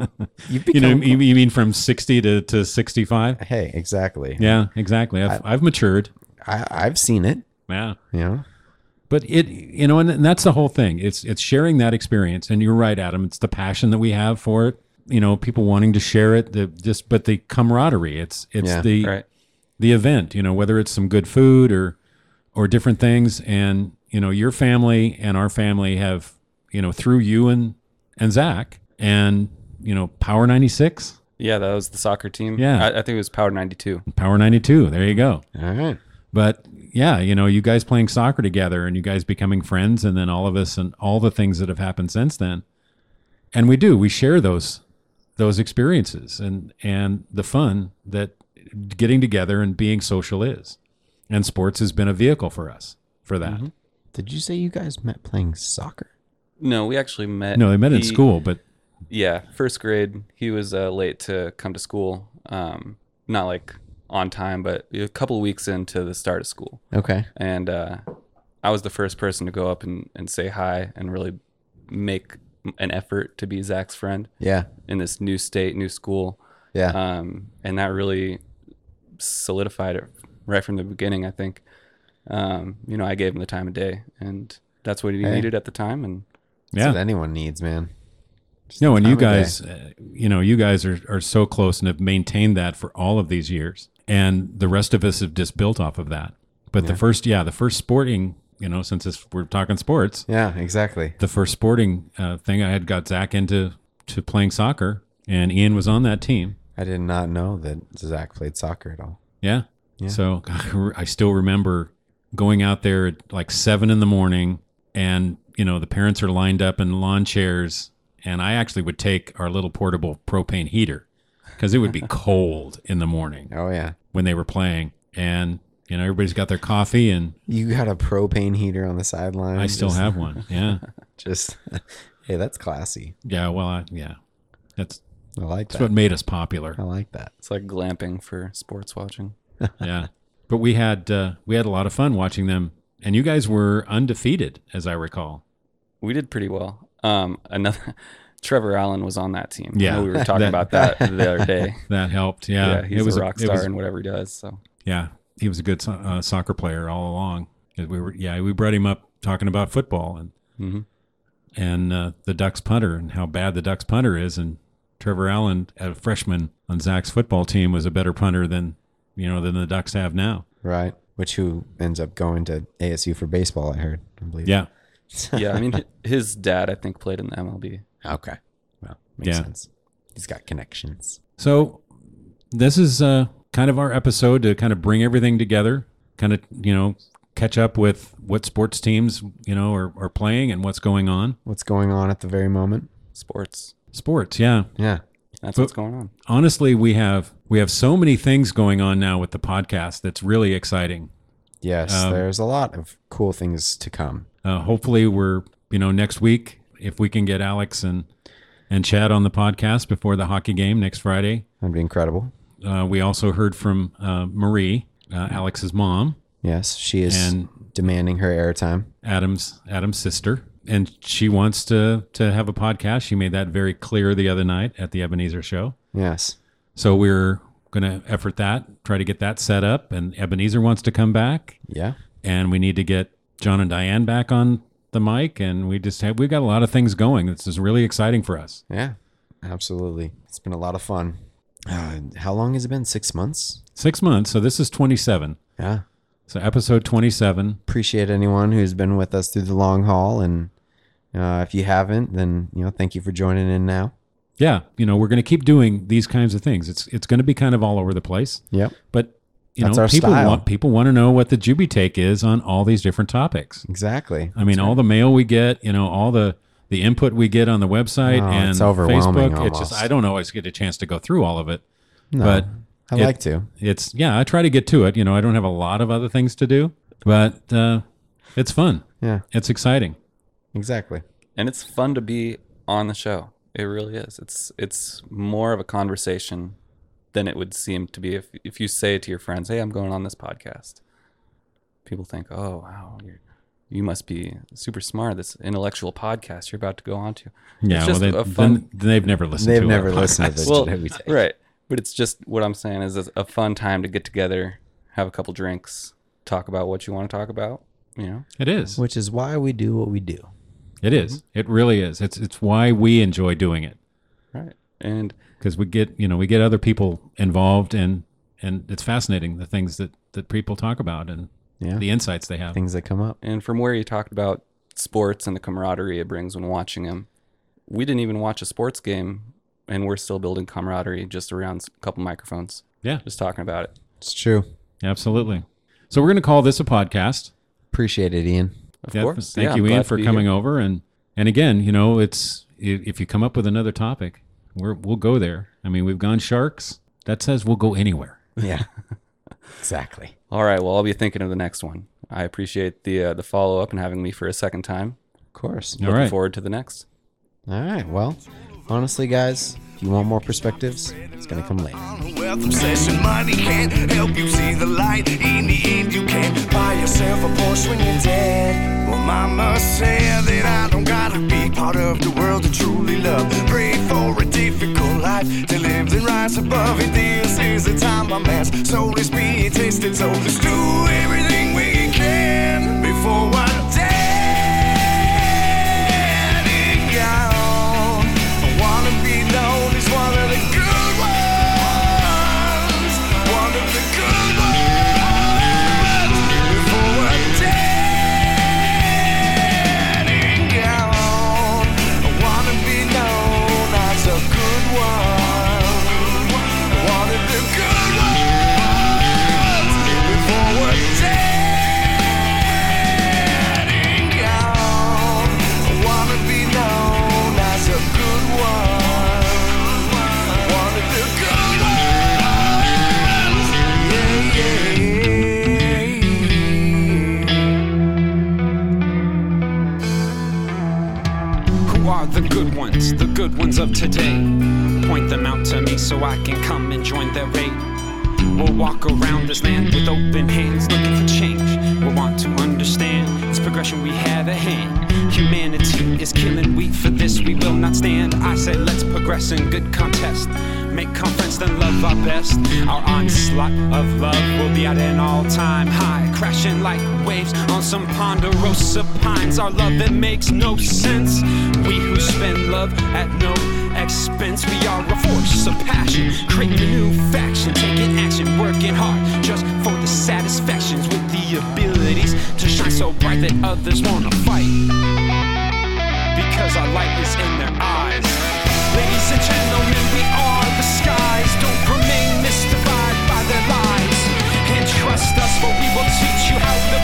[SPEAKER 3] you've
[SPEAKER 2] you know e-
[SPEAKER 3] become.
[SPEAKER 2] you, you mean from 60 to, to 65
[SPEAKER 3] hey, exactly.
[SPEAKER 2] yeah exactly I've, I, have i have matured
[SPEAKER 3] I, I've seen it.
[SPEAKER 2] yeah
[SPEAKER 3] You know,
[SPEAKER 2] But it, you know, and, and that's the whole thing. It's it's sharing that experience, and you're right, Adam. It's the passion that we have for it. You know, people wanting to share it. The just, but the camaraderie. It's it's
[SPEAKER 3] Yeah,
[SPEAKER 2] the
[SPEAKER 4] right.
[SPEAKER 2] the event. You know, whether it's some good food or or different things, and you know, your family and our family have you know through you and and Zach and you know Power ninety six,
[SPEAKER 4] Yeah, that was the soccer team.
[SPEAKER 2] Yeah.
[SPEAKER 4] I, I think it was Power 92.
[SPEAKER 2] Power ninety two. There you go.
[SPEAKER 3] All right.
[SPEAKER 2] but yeah, you know, you guys playing soccer together and you guys becoming friends and then all of us and all the things that have happened since then. And we do, we share those those experiences and and the fun that getting together and being social is. And sports has been a vehicle for us for that.
[SPEAKER 3] Did you say you guys met playing soccer?
[SPEAKER 4] No, we actually met.
[SPEAKER 2] No, they met in
[SPEAKER 4] he-
[SPEAKER 2] school, but
[SPEAKER 4] Yeah, first grade. He was uh, late to come to school. Um, not like on time, but a couple weeks into the start of school.
[SPEAKER 3] Okay.
[SPEAKER 4] and uh, I was the first person to go up and, and say hi and really make an effort to be Zach's friend
[SPEAKER 3] Yeah.
[SPEAKER 4] in this new state, new school.
[SPEAKER 3] Yeah.
[SPEAKER 2] Uh,
[SPEAKER 4] Um, and that really solidified it right from the beginning, I think. Um, you know, I gave him the time of day, and that's what he
[SPEAKER 3] Hey.
[SPEAKER 4] needed at the time. And
[SPEAKER 2] yeah.
[SPEAKER 3] That's what anyone needs, man.
[SPEAKER 2] No, and you
[SPEAKER 3] time of
[SPEAKER 2] guys, uh, you know, you guys are, are so close and have maintained that for all of these years. And the rest of us have just built off of that. But the first, yeah, the first sporting, you know, since this, we're talking sports,
[SPEAKER 3] Yeah, exactly.
[SPEAKER 2] the first sporting uh, thing I had got Zach into to playing soccer, and Ian was on that team.
[SPEAKER 3] I did not know that Zach played soccer at all.
[SPEAKER 2] Yeah. So I still remember going out there at like seven in the morning, and you know the parents are lined up in lawn chairs, and I actually would take our little portable propane heater because it would be cold in the morning
[SPEAKER 3] Oh yeah.
[SPEAKER 2] when they were playing, and you know everybody's got their coffee, and
[SPEAKER 3] You got a propane heater on the sideline.
[SPEAKER 2] I still
[SPEAKER 3] just,
[SPEAKER 2] have one. Yeah,
[SPEAKER 3] Just hey, that's classy.
[SPEAKER 2] yeah. Well, I, yeah, that's
[SPEAKER 3] I like
[SPEAKER 2] that's
[SPEAKER 3] that.
[SPEAKER 2] what made us popular.
[SPEAKER 3] I like that.
[SPEAKER 4] it's like glamping for sports watching.
[SPEAKER 2] yeah. But we had uh, we had a lot of fun watching them, and you guys were undefeated, as I recall.
[SPEAKER 4] We did pretty well. Um, another Trevor Allen was on that team. I
[SPEAKER 2] Yeah.
[SPEAKER 4] know we were talking
[SPEAKER 2] That-
[SPEAKER 4] about that the other day.
[SPEAKER 2] That helped. Yeah,
[SPEAKER 4] Yeah, he's
[SPEAKER 2] was
[SPEAKER 4] a rock
[SPEAKER 2] it
[SPEAKER 4] star
[SPEAKER 2] was-
[SPEAKER 4] in whatever he does. So
[SPEAKER 2] Yeah, he was a good so- uh, soccer player all along. And We were, yeah, we brought him up talking about football and
[SPEAKER 4] Mhm.
[SPEAKER 2] and uh, the Ducks punter and how bad the Ducks punter is. And Trevor Allen, a freshman on Zach's football team, was a better punter than you know than the Ducks have now.
[SPEAKER 3] Right. Which who ends up going to ASU for baseball, I heard. I believe.
[SPEAKER 2] Yeah,
[SPEAKER 4] yeah, I mean, hi- his dad, I think, played in the MLB.
[SPEAKER 3] Okay. Well, makes
[SPEAKER 2] Yeah.
[SPEAKER 3] sense. He's got connections.
[SPEAKER 2] So this is uh, kind of our episode to kind of bring everything together, kind of you know catch up with what sports teams you know are, are playing and what's going on.
[SPEAKER 3] What's going on at the very moment?
[SPEAKER 4] Sports.
[SPEAKER 2] Sports, yeah.
[SPEAKER 3] Yeah.
[SPEAKER 4] That's
[SPEAKER 2] But-
[SPEAKER 4] what's going on.
[SPEAKER 2] Honestly, we have we have so many things going on now with the podcast that's really exciting.
[SPEAKER 3] Yes,
[SPEAKER 2] Um,
[SPEAKER 3] there's a lot of cool things to come.
[SPEAKER 2] Uh, hopefully, we're you know next week if we can get Alex and and Chad on the podcast before the hockey game next Friday.
[SPEAKER 3] That'd be incredible.
[SPEAKER 2] Uh, we also heard from uh, Marie, uh, Alex's mom,
[SPEAKER 3] Yes, she is
[SPEAKER 2] And-
[SPEAKER 3] demanding her airtime.
[SPEAKER 2] Adam's Adam's sister, and she wants to to have a podcast. She made that very clear the other night at the Ebenezer show.
[SPEAKER 3] Yes.
[SPEAKER 2] So we're going to effort that, try to get that set up. And Ebenezer wants to come back,
[SPEAKER 3] Yeah.
[SPEAKER 2] and we need to get John and Diane back on the mic. And we just have we've got a lot of things going. This is really exciting for us.
[SPEAKER 3] Yeah. Absolutely. It's been a lot of fun. Uh, how long has it been? Six months?
[SPEAKER 2] Six months. So this is twenty seven.
[SPEAKER 3] Yeah.
[SPEAKER 2] So episode twenty seven.
[SPEAKER 3] Appreciate anyone who's been with us through the long haul. And uh, if you haven't, then, you know, thank you for joining in now.
[SPEAKER 2] Yeah, you know we're going to keep doing these kinds of things. It's it's going to be kind of all over the place.
[SPEAKER 3] Yep.
[SPEAKER 2] But you
[SPEAKER 3] That's
[SPEAKER 2] know,
[SPEAKER 3] our
[SPEAKER 2] people
[SPEAKER 3] style.
[SPEAKER 2] want people want to know what the Juby take is on all these different topics.
[SPEAKER 3] Exactly.
[SPEAKER 2] I mean, all the mail we get, you know, all the the input we get on the website
[SPEAKER 3] Oh,
[SPEAKER 2] and
[SPEAKER 3] it's overwhelming
[SPEAKER 2] Facebook. It's just
[SPEAKER 3] almost.
[SPEAKER 2] I don't always get a chance to go through all of it,
[SPEAKER 3] No,
[SPEAKER 2] but
[SPEAKER 3] I
[SPEAKER 2] it-
[SPEAKER 3] like to.
[SPEAKER 2] it's yeah. I try to get to it. You know, I don't have a lot of other things to do, but uh, it's fun.
[SPEAKER 3] Yeah.
[SPEAKER 2] It's exciting.
[SPEAKER 3] Exactly.
[SPEAKER 4] And it's fun to be on the show. It really is. It's it's more of a conversation than it would seem to be if if you say to your friends, "Hey, I'm going on this podcast." People think, "Oh, wow, you're, you must be super smart. This intellectual podcast you're about to go on to."
[SPEAKER 2] Yeah,
[SPEAKER 4] just
[SPEAKER 2] well,
[SPEAKER 4] a
[SPEAKER 2] they,
[SPEAKER 4] fun-
[SPEAKER 2] then they've never listened.
[SPEAKER 3] They've
[SPEAKER 2] to
[SPEAKER 3] never
[SPEAKER 2] it.
[SPEAKER 3] listened to this.
[SPEAKER 4] well,
[SPEAKER 3] Juby Take.
[SPEAKER 4] right. But it's just what I'm saying is it's a fun time to get together, have a couple drinks, talk about what you want to talk about, You know,
[SPEAKER 2] It is.
[SPEAKER 3] which is why we do what we do.
[SPEAKER 2] It is. It really is. It's it's why we enjoy doing it
[SPEAKER 4] right? And
[SPEAKER 2] because we get you know we get other people involved and and it's fascinating the things that that people talk about and
[SPEAKER 3] Yeah.
[SPEAKER 2] the insights they have.
[SPEAKER 3] Things that come up.
[SPEAKER 4] and from where you talked about sports and the camaraderie it brings when watching them, we didn't even watch a sports game, and we're still building camaraderie just around s- a couple microphones,
[SPEAKER 2] Yeah,
[SPEAKER 4] just talking about it.
[SPEAKER 3] It's true.
[SPEAKER 2] absolutely. So we're going to call this a podcast.
[SPEAKER 3] Appreciate it, Ian.
[SPEAKER 4] Of
[SPEAKER 2] Yeah,
[SPEAKER 4] course,
[SPEAKER 2] Thank
[SPEAKER 4] Yeah,
[SPEAKER 2] you,
[SPEAKER 4] I'm
[SPEAKER 2] Ian,
[SPEAKER 4] glad to
[SPEAKER 2] for
[SPEAKER 4] be
[SPEAKER 2] coming
[SPEAKER 4] here.
[SPEAKER 2] over. And and again, you know, it's i- if you come up with another topic, we're, we'll go there. I mean, we've gone sharks. That says we'll go anywhere.
[SPEAKER 3] Yeah. exactly.
[SPEAKER 4] All right, well, I'll be thinking of the next one. I appreciate the uh, the follow up and having me for a second time.
[SPEAKER 3] Of course.
[SPEAKER 2] All
[SPEAKER 4] Looking
[SPEAKER 2] right.
[SPEAKER 4] forward to the next.
[SPEAKER 3] All right. Well, honestly, guys, if you want more perspectives, it's going to come later.
[SPEAKER 1] On a wealth obsession, money can't help you see the light. In the end, you can't buy yourself a Porsche when you're dead. Well, mama said that I don't gotta be part of the world to truly love. Pray for a difficult life to live and rise above it. This is the time my man's soul is being tasted. So let's do everything we can before I'm dead and gone. I wanna be known as one of the good ones. One of the good ones. Before I'm dead and gone. I wanna be known as a good one. One of the good ones. Before I'm dead and gone. I wanna be known as a good one. One of the good ones. Yeah, yeah.
[SPEAKER 5] Who are the good ones, the good ones of today? Point them out to me so I can come and join their raid. We'll walk around this land with open hands looking for change. We'll want to understand this progression we have at hand. Humanity is killing, we for this we will not stand. I say let's progress in good contest. Make conference, then love our best. Our onslaught of love will be at an all time high, crashing like waves on some ponderosa pines. Our love that makes no sense. We who spend love at no expense, we are a force of passion. Creating a new faction, taking action, working hard just for the satisfactions with the abilities to shine so bright that others wanna fight because our light is in their eyes. Ladies and gentlemen, we are the skies. Don't remain mystified by their lies. And trust us, for we will teach you how to